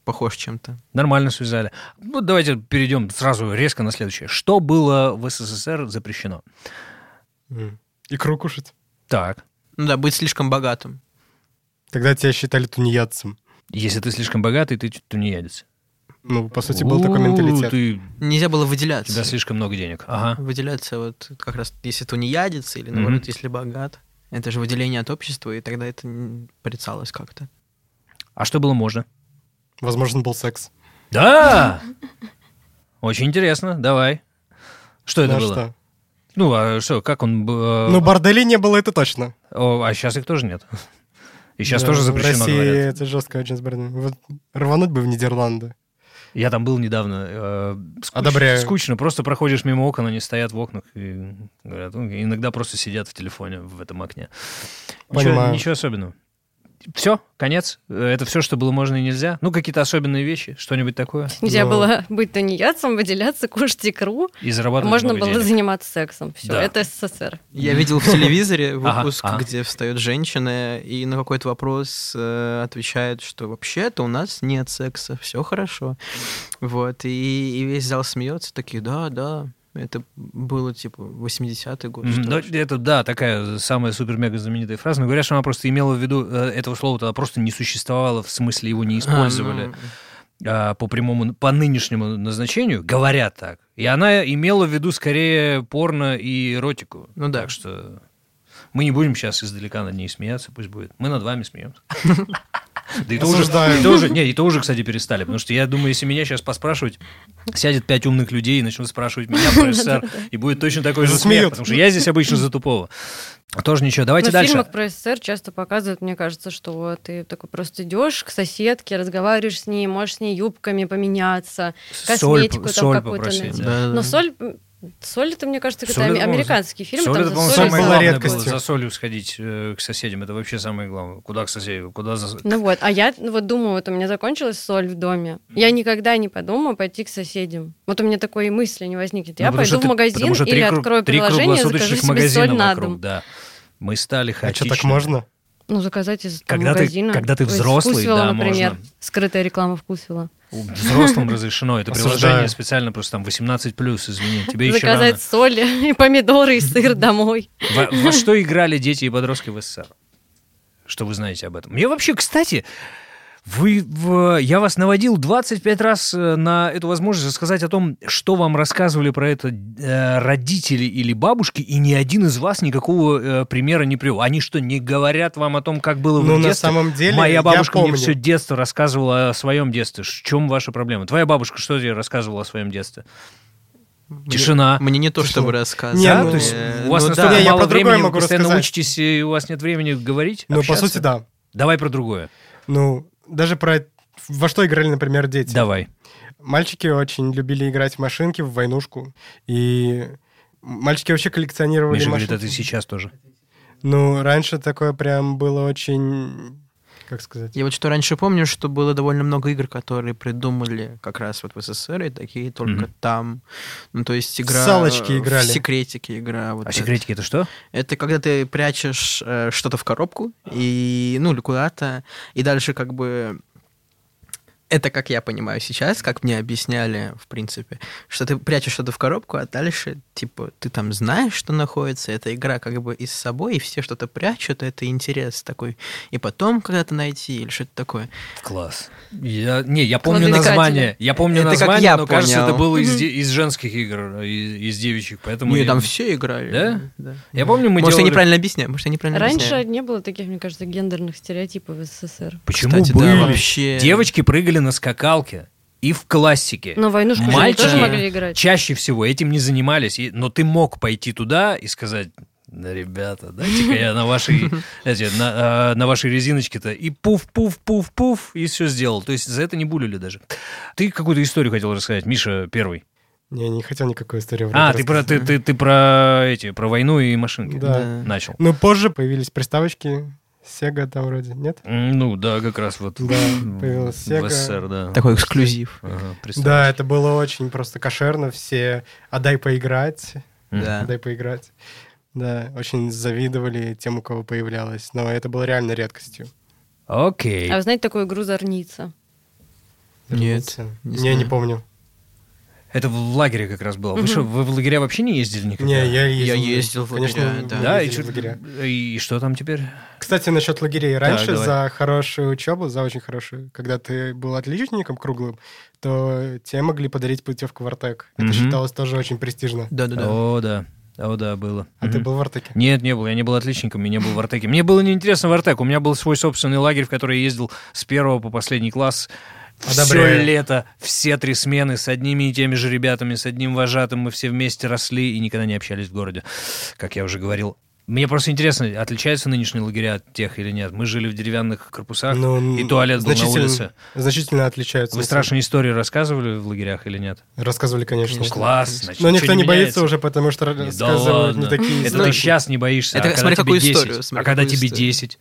Speaker 4: Похож чем-то.
Speaker 2: Нормально связали. Ну, давайте перейдем сразу резко на следующее. Что было в СССР запрещено?
Speaker 3: М. Икру кушать.
Speaker 2: Так,
Speaker 4: Ну да, быть слишком богатым.
Speaker 3: Тогда тебя считали тунеядцем.
Speaker 2: если ты слишком богатый, ты тунеядец.
Speaker 3: Ну, по сути, был такой
Speaker 2: У,
Speaker 3: менталитет.
Speaker 2: Ты,
Speaker 4: Нельзя было
Speaker 2: у тебя
Speaker 4: выделяться.
Speaker 2: слишком много денег. Ага.
Speaker 4: Выделяться вот как раз, если ты не ядец, или
Speaker 2: А. Мгм.
Speaker 4: наоборот, если богат. Это же выделение от общества, и тогда это м, порицалось как-то.
Speaker 2: А что было можно?
Speaker 3: Возможно, был секс.
Speaker 2: Да! Очень интересно, давай. Что это
Speaker 3: Ну, а
Speaker 2: было?
Speaker 3: что?
Speaker 2: Ну, а что, как он... б- э,
Speaker 3: Ну, борделей не было, это точно.
Speaker 2: о, а сейчас их тоже нет. И сейчас
Speaker 3: Да,
Speaker 2: тоже запрещено,
Speaker 3: В России
Speaker 2: говорят.
Speaker 3: это жестко очень с борделями. Вот рвануть бы в Нидерланды.
Speaker 2: Я там был недавно. э, скуч-
Speaker 3: Одобряю.
Speaker 2: Скучно, просто проходишь мимо окон, они стоят в окнах и говорят, «Ну, иногда просто сидят в телефоне в этом окне. Ничего,
Speaker 3: Понимаю.
Speaker 2: ничего особенного. Все, конец. Э, Это все, что было можно и нельзя. Ну, какие-то особенные вещи, что-нибудь такое.
Speaker 1: Нельзя
Speaker 3: но-
Speaker 1: было быть тунеядцем, выделяться, кушать икру.
Speaker 2: И зарабатывать
Speaker 1: Можно
Speaker 2: много
Speaker 1: было
Speaker 2: денег.
Speaker 1: заниматься сексом. Все,
Speaker 2: Да.
Speaker 1: это СССР.
Speaker 4: Я видел в телевизоре
Speaker 2: Ага,
Speaker 4: выпуск,
Speaker 2: ага.
Speaker 4: где встает женщина и на какой-то вопрос э, отвечает, что вообще-то у нас нет секса, все хорошо. Вот, и, и весь зал смеется, такие, да, да, это было типа 80-й год.
Speaker 2: М,
Speaker 4: что
Speaker 2: ну,
Speaker 4: ли».
Speaker 2: это, да, такая самая супер-мега знаменитая фраза. Но говорят, что она просто имела в виду, э, этого слова тогда просто не существовало, в смысле его не использовали.
Speaker 4: А, ну,
Speaker 2: а, по прямому, по нынешнему назначению, говорят так. И она имела в виду скорее порно и эротику.
Speaker 4: Ну да.
Speaker 2: Так что мы не будем сейчас издалека над ней смеяться, пусть будет. Мы над вами смеемся. Да и то, уже,
Speaker 3: Осуждаем.
Speaker 2: и то уже- не, и то уже, кстати, перестали. Потому что я думаю, если меня сейчас поспрашивать, сядет пять умных людей и начнут спрашивать меня про СССР, и будет точно такой же смех,
Speaker 3: Засмеют.
Speaker 2: потому что я здесь обычно за тупого. Тоже ничего. Давайте
Speaker 1: Но Ну, в
Speaker 2: дальше.
Speaker 1: фильмах про СССР часто показывают, мне кажется, что ты такой просто идешь к соседке, разговариваешь с ней, можешь с ней юбками поменяться.
Speaker 2: Соль,
Speaker 1: косметику там
Speaker 2: соль
Speaker 1: какую-то
Speaker 4: ну,
Speaker 2: попросить.
Speaker 1: найти.
Speaker 2: да.
Speaker 1: Но соль... м, Соль, это, мне кажется,
Speaker 2: Соль,
Speaker 1: какой-то ами-
Speaker 2: это, по-моему,
Speaker 1: американский фильм.
Speaker 2: Соль
Speaker 1: там
Speaker 2: это,
Speaker 1: за
Speaker 2: по-моему,
Speaker 1: солью
Speaker 3: самое
Speaker 2: самое
Speaker 1: за-
Speaker 3: была
Speaker 2: главное было.
Speaker 3: редкостью.
Speaker 2: За солью сходить э, к соседям. Это вообще самое главное. Куда к соседям? Куда за...
Speaker 1: Ну вот, а я ну вот думаю, вот у меня закончилась соль в доме. Я никогда не подумаю пойти к соседям. Вот у меня такой мысли не возникнет.
Speaker 2: Ну,
Speaker 1: Я
Speaker 2: потому что
Speaker 1: пойду в
Speaker 2: ты-
Speaker 1: магазин
Speaker 2: потому что
Speaker 1: или
Speaker 2: три кру-
Speaker 1: открою
Speaker 2: три
Speaker 1: приложение и закажу
Speaker 2: круглосуточных
Speaker 1: себе соль
Speaker 2: магазина
Speaker 1: на
Speaker 2: вокруг,
Speaker 1: дом.
Speaker 2: Да. Мы стали
Speaker 3: А что,
Speaker 2: хаотичны.
Speaker 3: так можно?
Speaker 1: Ну, заказать из там,
Speaker 2: Когда ты-
Speaker 1: магазина.
Speaker 2: когда ты
Speaker 1: То есть
Speaker 2: взрослый,
Speaker 1: Вкусвилла,
Speaker 2: да,
Speaker 1: например.
Speaker 2: можно.
Speaker 1: Скрытая реклама вкусвилла.
Speaker 2: Взрослым разрешено. Это
Speaker 3: Осуждаю.
Speaker 2: приложение специально просто там 18+, извини. Тебе еще рано.
Speaker 1: Заказать соль и помидоры и сыр домой.
Speaker 2: Во, во что играли дети и подростки в СССР? Что вы знаете об этом? Мне вообще, кстати, вы, в- я вас наводил 25 раз э, на эту возможность рассказать о том, что вам рассказывали про это э, родители или бабушки, и ни один из вас никакого э, примера не привел. Они что, не говорят вам о том, как было в
Speaker 3: Ну, на
Speaker 2: детстве?
Speaker 3: самом деле,
Speaker 2: Моя
Speaker 3: я
Speaker 2: бабушка мне
Speaker 3: помню.
Speaker 2: все детство рассказывала о своем детстве. В чем ваша проблема? Твоя бабушка что тебе рассказывала о своем детстве?
Speaker 4: Мне-
Speaker 2: Тишина.
Speaker 4: Мне не то,
Speaker 3: Тишина.
Speaker 4: чтобы
Speaker 3: Не,
Speaker 4: рассказывать.
Speaker 2: Да,
Speaker 3: ну,
Speaker 2: то есть
Speaker 4: Э,
Speaker 2: у вас
Speaker 4: ну да.
Speaker 2: настолько
Speaker 3: Не, я
Speaker 2: мало
Speaker 3: про другое
Speaker 2: времени, вы
Speaker 3: могу
Speaker 2: постоянно
Speaker 3: рассказать.
Speaker 2: учитесь, и у вас нет времени говорить,
Speaker 3: Ну, по
Speaker 2: общаться.
Speaker 3: сути, да.
Speaker 2: Давай про другое.
Speaker 3: Ну, даже про... Во что играли, например, дети?
Speaker 2: Давай.
Speaker 3: Мальчики очень любили играть в машинки, в войнушку. И мальчики вообще коллекционировали
Speaker 2: Миша говорит,
Speaker 3: машинки.
Speaker 2: это и сейчас тоже.
Speaker 3: Ну, раньше такое прям было очень... Как сказать?
Speaker 4: Я вот что раньше помню, что было довольно много игр, которые придумали как раз вот в СССР, и такие только
Speaker 2: Мгм.
Speaker 4: там. Ну, то есть игра...
Speaker 3: В салочки
Speaker 4: э,
Speaker 3: играли.
Speaker 4: В секретики игра. вот
Speaker 2: А
Speaker 4: эта.
Speaker 2: секретики это что?
Speaker 4: Это когда ты прячешь э, что-то в коробку, и, ну, или куда-то, и дальше как бы... Это как я понимаю сейчас, как мне объясняли, в принципе, что ты прячешь что-то в коробку, а дальше, типа, ты там знаешь, что находится, эта игра как бы и с собой, и все что-то прячут, это интерес такой. И потом когда-то найти, или что-то такое.
Speaker 2: Класс. Я, не, я помню
Speaker 1: Кладоискатели.
Speaker 2: название. Я помню
Speaker 4: Это как
Speaker 2: название,
Speaker 4: я
Speaker 2: но кажется,
Speaker 4: понял.
Speaker 2: это было из, де- из женских игр, э, и- из, девичьих, поэтому...
Speaker 4: Ну, и
Speaker 2: я-
Speaker 4: там все играли.
Speaker 2: Да?
Speaker 4: Да.
Speaker 2: Я помню, мы
Speaker 4: Может, я
Speaker 2: делали...
Speaker 4: неправильно объясняю, может, я неправильно
Speaker 1: Раньше
Speaker 4: объясняю.
Speaker 1: не было таких, мне кажется, гендерных стереотипов в СССР.
Speaker 2: Почему
Speaker 4: Кстати, да,
Speaker 2: были?
Speaker 4: вообще.
Speaker 2: Девочки прыгали на скакалке и в классике.
Speaker 1: Но в войнушку же они
Speaker 2: Э, Мальчики
Speaker 1: тоже могли играть.
Speaker 2: чаще всего этим не занимались, и- но ты мог пойти туда и сказать, да, ребята, дайте-ка я на вашей, знаете, на, э, на вашей резиночке-то и пуф-пуф-пуф-пуф, и все сделал. То есть за это не булили даже. Ты какую-то историю хотел рассказать, Миша первый.
Speaker 3: Не, не хотел никакой истории. врать
Speaker 2: А, ты про,
Speaker 3: рассказывать.
Speaker 2: ты, ты, ты про эти, про войну и машинки
Speaker 3: Да.
Speaker 2: начал.
Speaker 3: Ну, позже появились приставочки. Sega там вроде, нет?
Speaker 2: М, Ну да, как раз вот
Speaker 3: Да, появилась
Speaker 2: в
Speaker 3: Sega.
Speaker 2: СССР, да.
Speaker 4: Такой эксклюзив.
Speaker 2: Ага, представь.
Speaker 3: Да, это было очень просто кошерно. Все, а дай поиграть,
Speaker 2: Мгм.
Speaker 4: Да.
Speaker 3: а дай поиграть. Да, очень завидовали тем, у кого появлялось. Но это было реально редкостью.
Speaker 2: Окей.
Speaker 1: А вы знаете такую игру «Зорница»?
Speaker 4: Нет.
Speaker 3: Не,
Speaker 4: знаю.
Speaker 3: не помню.
Speaker 2: Это в лагере как раз было. Вы, что, вы в лагеря вообще не ездили никогда?
Speaker 3: Не, я ездил.
Speaker 4: Я ездил в
Speaker 3: Конечно,
Speaker 4: лагеря, да.
Speaker 3: мы
Speaker 2: Да, и,
Speaker 3: ездили в
Speaker 2: чё-
Speaker 3: лагеря.
Speaker 2: и что там теперь?
Speaker 3: Кстати, насчет лагерей. Раньше
Speaker 2: давай.
Speaker 3: за хорошую учебу, за очень хорошую, когда ты был отличником круглым, то тебе могли подарить путевку в Артек. Это
Speaker 2: Мгм.
Speaker 3: считалось тоже очень престижно.
Speaker 4: Да-да-да.
Speaker 2: О, да. О, да, было.
Speaker 3: А ты
Speaker 2: Мгм.
Speaker 3: был в Артеке?
Speaker 2: Нет, не был. Я не был отличником, я не был в Артеке. Мне было неинтересно в Артек. У меня был свой собственный лагерь, в который я ездил с первого по последний класс. Все
Speaker 3: Одобряю.
Speaker 2: лето, все три смены с одними и теми же ребятами, с одним вожатым. Мы все вместе росли и никогда не общались в городе, как я уже говорил. Мне просто интересно, отличаются нынешние лагеря от тех или нет? Мы жили в деревянных корпусах,
Speaker 3: Ну,
Speaker 2: и туалет был на
Speaker 3: значительно-
Speaker 2: улице.
Speaker 3: Значительно отличаются.
Speaker 2: Вы страшные истории рассказывали в лагерях или нет?
Speaker 3: Рассказывали, конечно.
Speaker 2: Ну, класс, значит,
Speaker 3: Но
Speaker 2: ничего
Speaker 3: никто не
Speaker 2: меняется.
Speaker 3: боится уже, потому что
Speaker 2: Да
Speaker 3: рассказывают не
Speaker 2: ладно.
Speaker 3: такие
Speaker 2: Это ты
Speaker 3: истории.
Speaker 2: сейчас не боишься.
Speaker 4: Это
Speaker 2: а когда
Speaker 4: смотри,
Speaker 2: тебе
Speaker 4: какую
Speaker 2: 10?
Speaker 4: историю, смотри,
Speaker 2: а когда
Speaker 4: какую
Speaker 2: тебе
Speaker 4: историю.
Speaker 2: 10?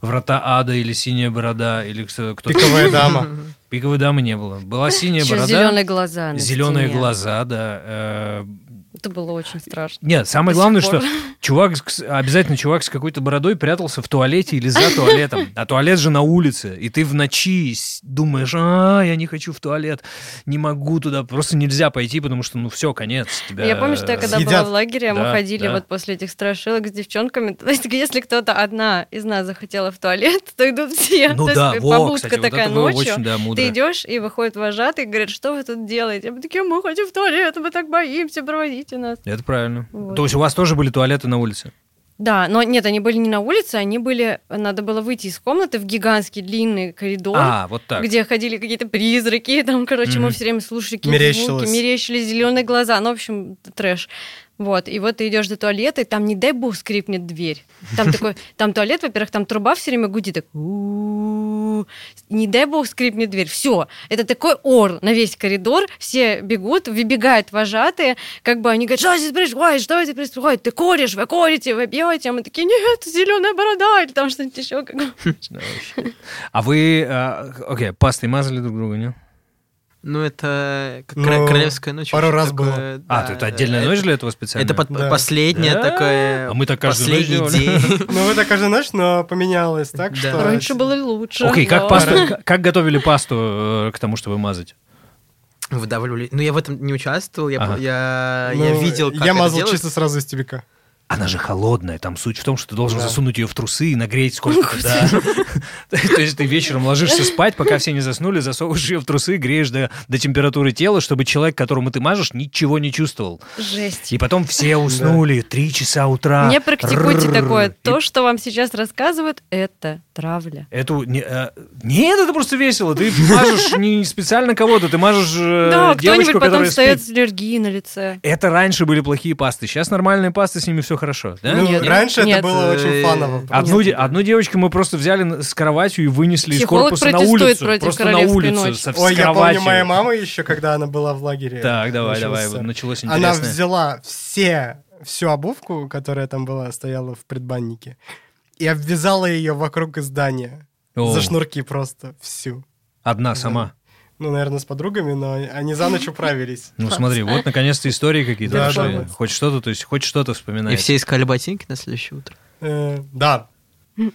Speaker 2: Врата ада или синяя борода, или кто- кто-то...
Speaker 3: Пиковая дама.
Speaker 2: Пиковой дамы не было. Была синяя
Speaker 1: Еще
Speaker 2: борода.
Speaker 1: зеленые глаза на
Speaker 2: зеленые
Speaker 1: стене.
Speaker 2: глаза, да. э,
Speaker 1: Это было очень страшно.
Speaker 2: Нет,
Speaker 1: До
Speaker 2: самое
Speaker 1: сих
Speaker 2: главное, что
Speaker 1: пор.
Speaker 2: чувак, с- обязательно чувак с какой-то бородой прятался в туалете или за туалетом. А туалет же на улице. И ты в ночи с- думаешь, а, я не хочу в туалет, не могу туда, просто нельзя пойти, потому что, ну, все, конец. тебя,
Speaker 1: Я помню, что я
Speaker 2: э,
Speaker 1: когда была
Speaker 3: съедят.
Speaker 1: в лагере, мы
Speaker 2: Да,
Speaker 1: ходили
Speaker 2: да.
Speaker 1: вот после этих страшилок с девчонками. То есть, если кто-то одна из нас захотела в туалет, то идут все.
Speaker 2: Ну
Speaker 1: то
Speaker 2: да,
Speaker 1: есть, э,
Speaker 2: во,
Speaker 1: побудка
Speaker 2: кстати, вот
Speaker 1: такая
Speaker 2: это было
Speaker 1: ночью.
Speaker 2: очень, да, мудро.
Speaker 1: Ты идешь, и выходит вожатый, и говорит, что вы тут делаете? А мы такие, мы хотим в туалет, мы так боимся, проводите нас.
Speaker 2: Это правильно.
Speaker 1: Вот.
Speaker 2: То есть у вас тоже были туалеты на улице?
Speaker 1: Да, но нет, они были не на улице, они были, надо было выйти из комнаты в гигантский длинный коридор,
Speaker 2: А, вот так.
Speaker 1: где ходили какие-то призраки, и там, короче, мы
Speaker 2: Мгм.
Speaker 1: все время слушали какие-то звуки,
Speaker 3: Мерещилось.
Speaker 1: мерещились зеленые глаза, ну, в общем, трэш. Вот, и вот ты идешь до туалета, и там, не дай бог, скрипнет дверь. Там такой, там туалет, во-первых, там труба все время гудит, так «У-у-у». не дай бог, скрипнет дверь. Все, это такой ор на весь коридор, все бегут, выбегают вожатые, как бы они говорят, что здесь происходит, что здесь происходит, ты куришь, вы курите, вы пьете, а мы такие, нет, зеленая борода, или там что-нибудь еще.
Speaker 2: Да, вообще. А вы, а, окей, пастой мазали друг друга, нет?
Speaker 4: Ну, это как
Speaker 3: Ну,
Speaker 4: кра- королевская ночь.
Speaker 3: пару
Speaker 4: вообще
Speaker 3: раз
Speaker 4: такое,
Speaker 2: А,
Speaker 4: да,
Speaker 2: то это отдельная
Speaker 4: э,
Speaker 2: ночь для этого специально?
Speaker 4: Это под-
Speaker 3: Да.
Speaker 4: последняя
Speaker 2: Да?
Speaker 4: такая...
Speaker 2: А мы так каждую ночь
Speaker 4: последний
Speaker 2: делали.
Speaker 4: день.
Speaker 3: Ну, это каждую ночь, но поменялось так,
Speaker 4: Да.
Speaker 3: что...
Speaker 1: Раньше было лучше.
Speaker 2: Окей, как
Speaker 1: Да.
Speaker 2: пасту, к- как готовили пасту э, к тому, чтобы мазать?
Speaker 4: Вдавливали. Ну, я в этом не участвовал, я,
Speaker 2: Ага.
Speaker 4: я,
Speaker 3: Ну,
Speaker 4: я видел, как
Speaker 3: Я
Speaker 4: это
Speaker 3: мазал
Speaker 4: делают.
Speaker 3: чисто сразу из тюбика.
Speaker 2: Она же холодная, там суть в том, что ты должен
Speaker 3: Да.
Speaker 2: засунуть ее в трусы и нагреть сколько-то. да. То есть ты вечером ложишься спать, пока все не заснули, засовываешь ее в трусы, греешь до, до температуры тела, чтобы человек, которому ты мажешь, ничего не чувствовал.
Speaker 1: Жесть.
Speaker 2: И потом все уснули, три часа утра.
Speaker 1: Не практикуйте
Speaker 2: Рррр.
Speaker 1: такое.
Speaker 2: И
Speaker 1: То, что вам сейчас рассказывают, это травля.
Speaker 2: Эту, не, э, нет, это просто весело. Ты мажешь не специально кого-то, ты мажешь э,
Speaker 1: Да,
Speaker 2: девочку,
Speaker 1: кто-нибудь потом
Speaker 2: которая
Speaker 1: встает
Speaker 2: спит.
Speaker 1: с аллергией на лице.
Speaker 2: Это раньше были плохие пасты, сейчас нормальные пасты, с ними все хорошо. Да?
Speaker 3: Ну,
Speaker 1: Нет,
Speaker 3: раньше
Speaker 1: нет.
Speaker 3: это было очень
Speaker 4: Э,
Speaker 3: фаново.
Speaker 2: Одну, де- одну девочку мы просто взяли на- с кроватью и вынесли
Speaker 1: Психолог
Speaker 2: из корпуса на
Speaker 1: протестует
Speaker 2: улицу.
Speaker 1: против
Speaker 2: просто на
Speaker 1: «Королевской
Speaker 2: улицу.
Speaker 1: ночи».
Speaker 2: Со, с
Speaker 3: Ой, я помню,
Speaker 2: кроватью.
Speaker 3: моя мама еще, когда она была в лагере.
Speaker 2: Так, давай,
Speaker 3: в
Speaker 2: давай, ну,
Speaker 3: СССР,
Speaker 2: началось
Speaker 3: Она
Speaker 2: интересное.
Speaker 3: взяла все, всю обувку, которая там была, стояла в предбаннике, и обвязала ее вокруг здания.
Speaker 2: О,
Speaker 3: За шнурки просто всю.
Speaker 2: Одна сама.
Speaker 3: Ну, наверное, с подругами, но они за ночь управились.
Speaker 2: Ну смотри, вот наконец-то истории какие-то
Speaker 3: Да,
Speaker 2: пошли.
Speaker 3: да.
Speaker 2: Хоть что-то, то есть хоть что-то
Speaker 4: И
Speaker 2: вспоминается.
Speaker 4: все искали ботинки на следующее утро.
Speaker 3: Э, Да,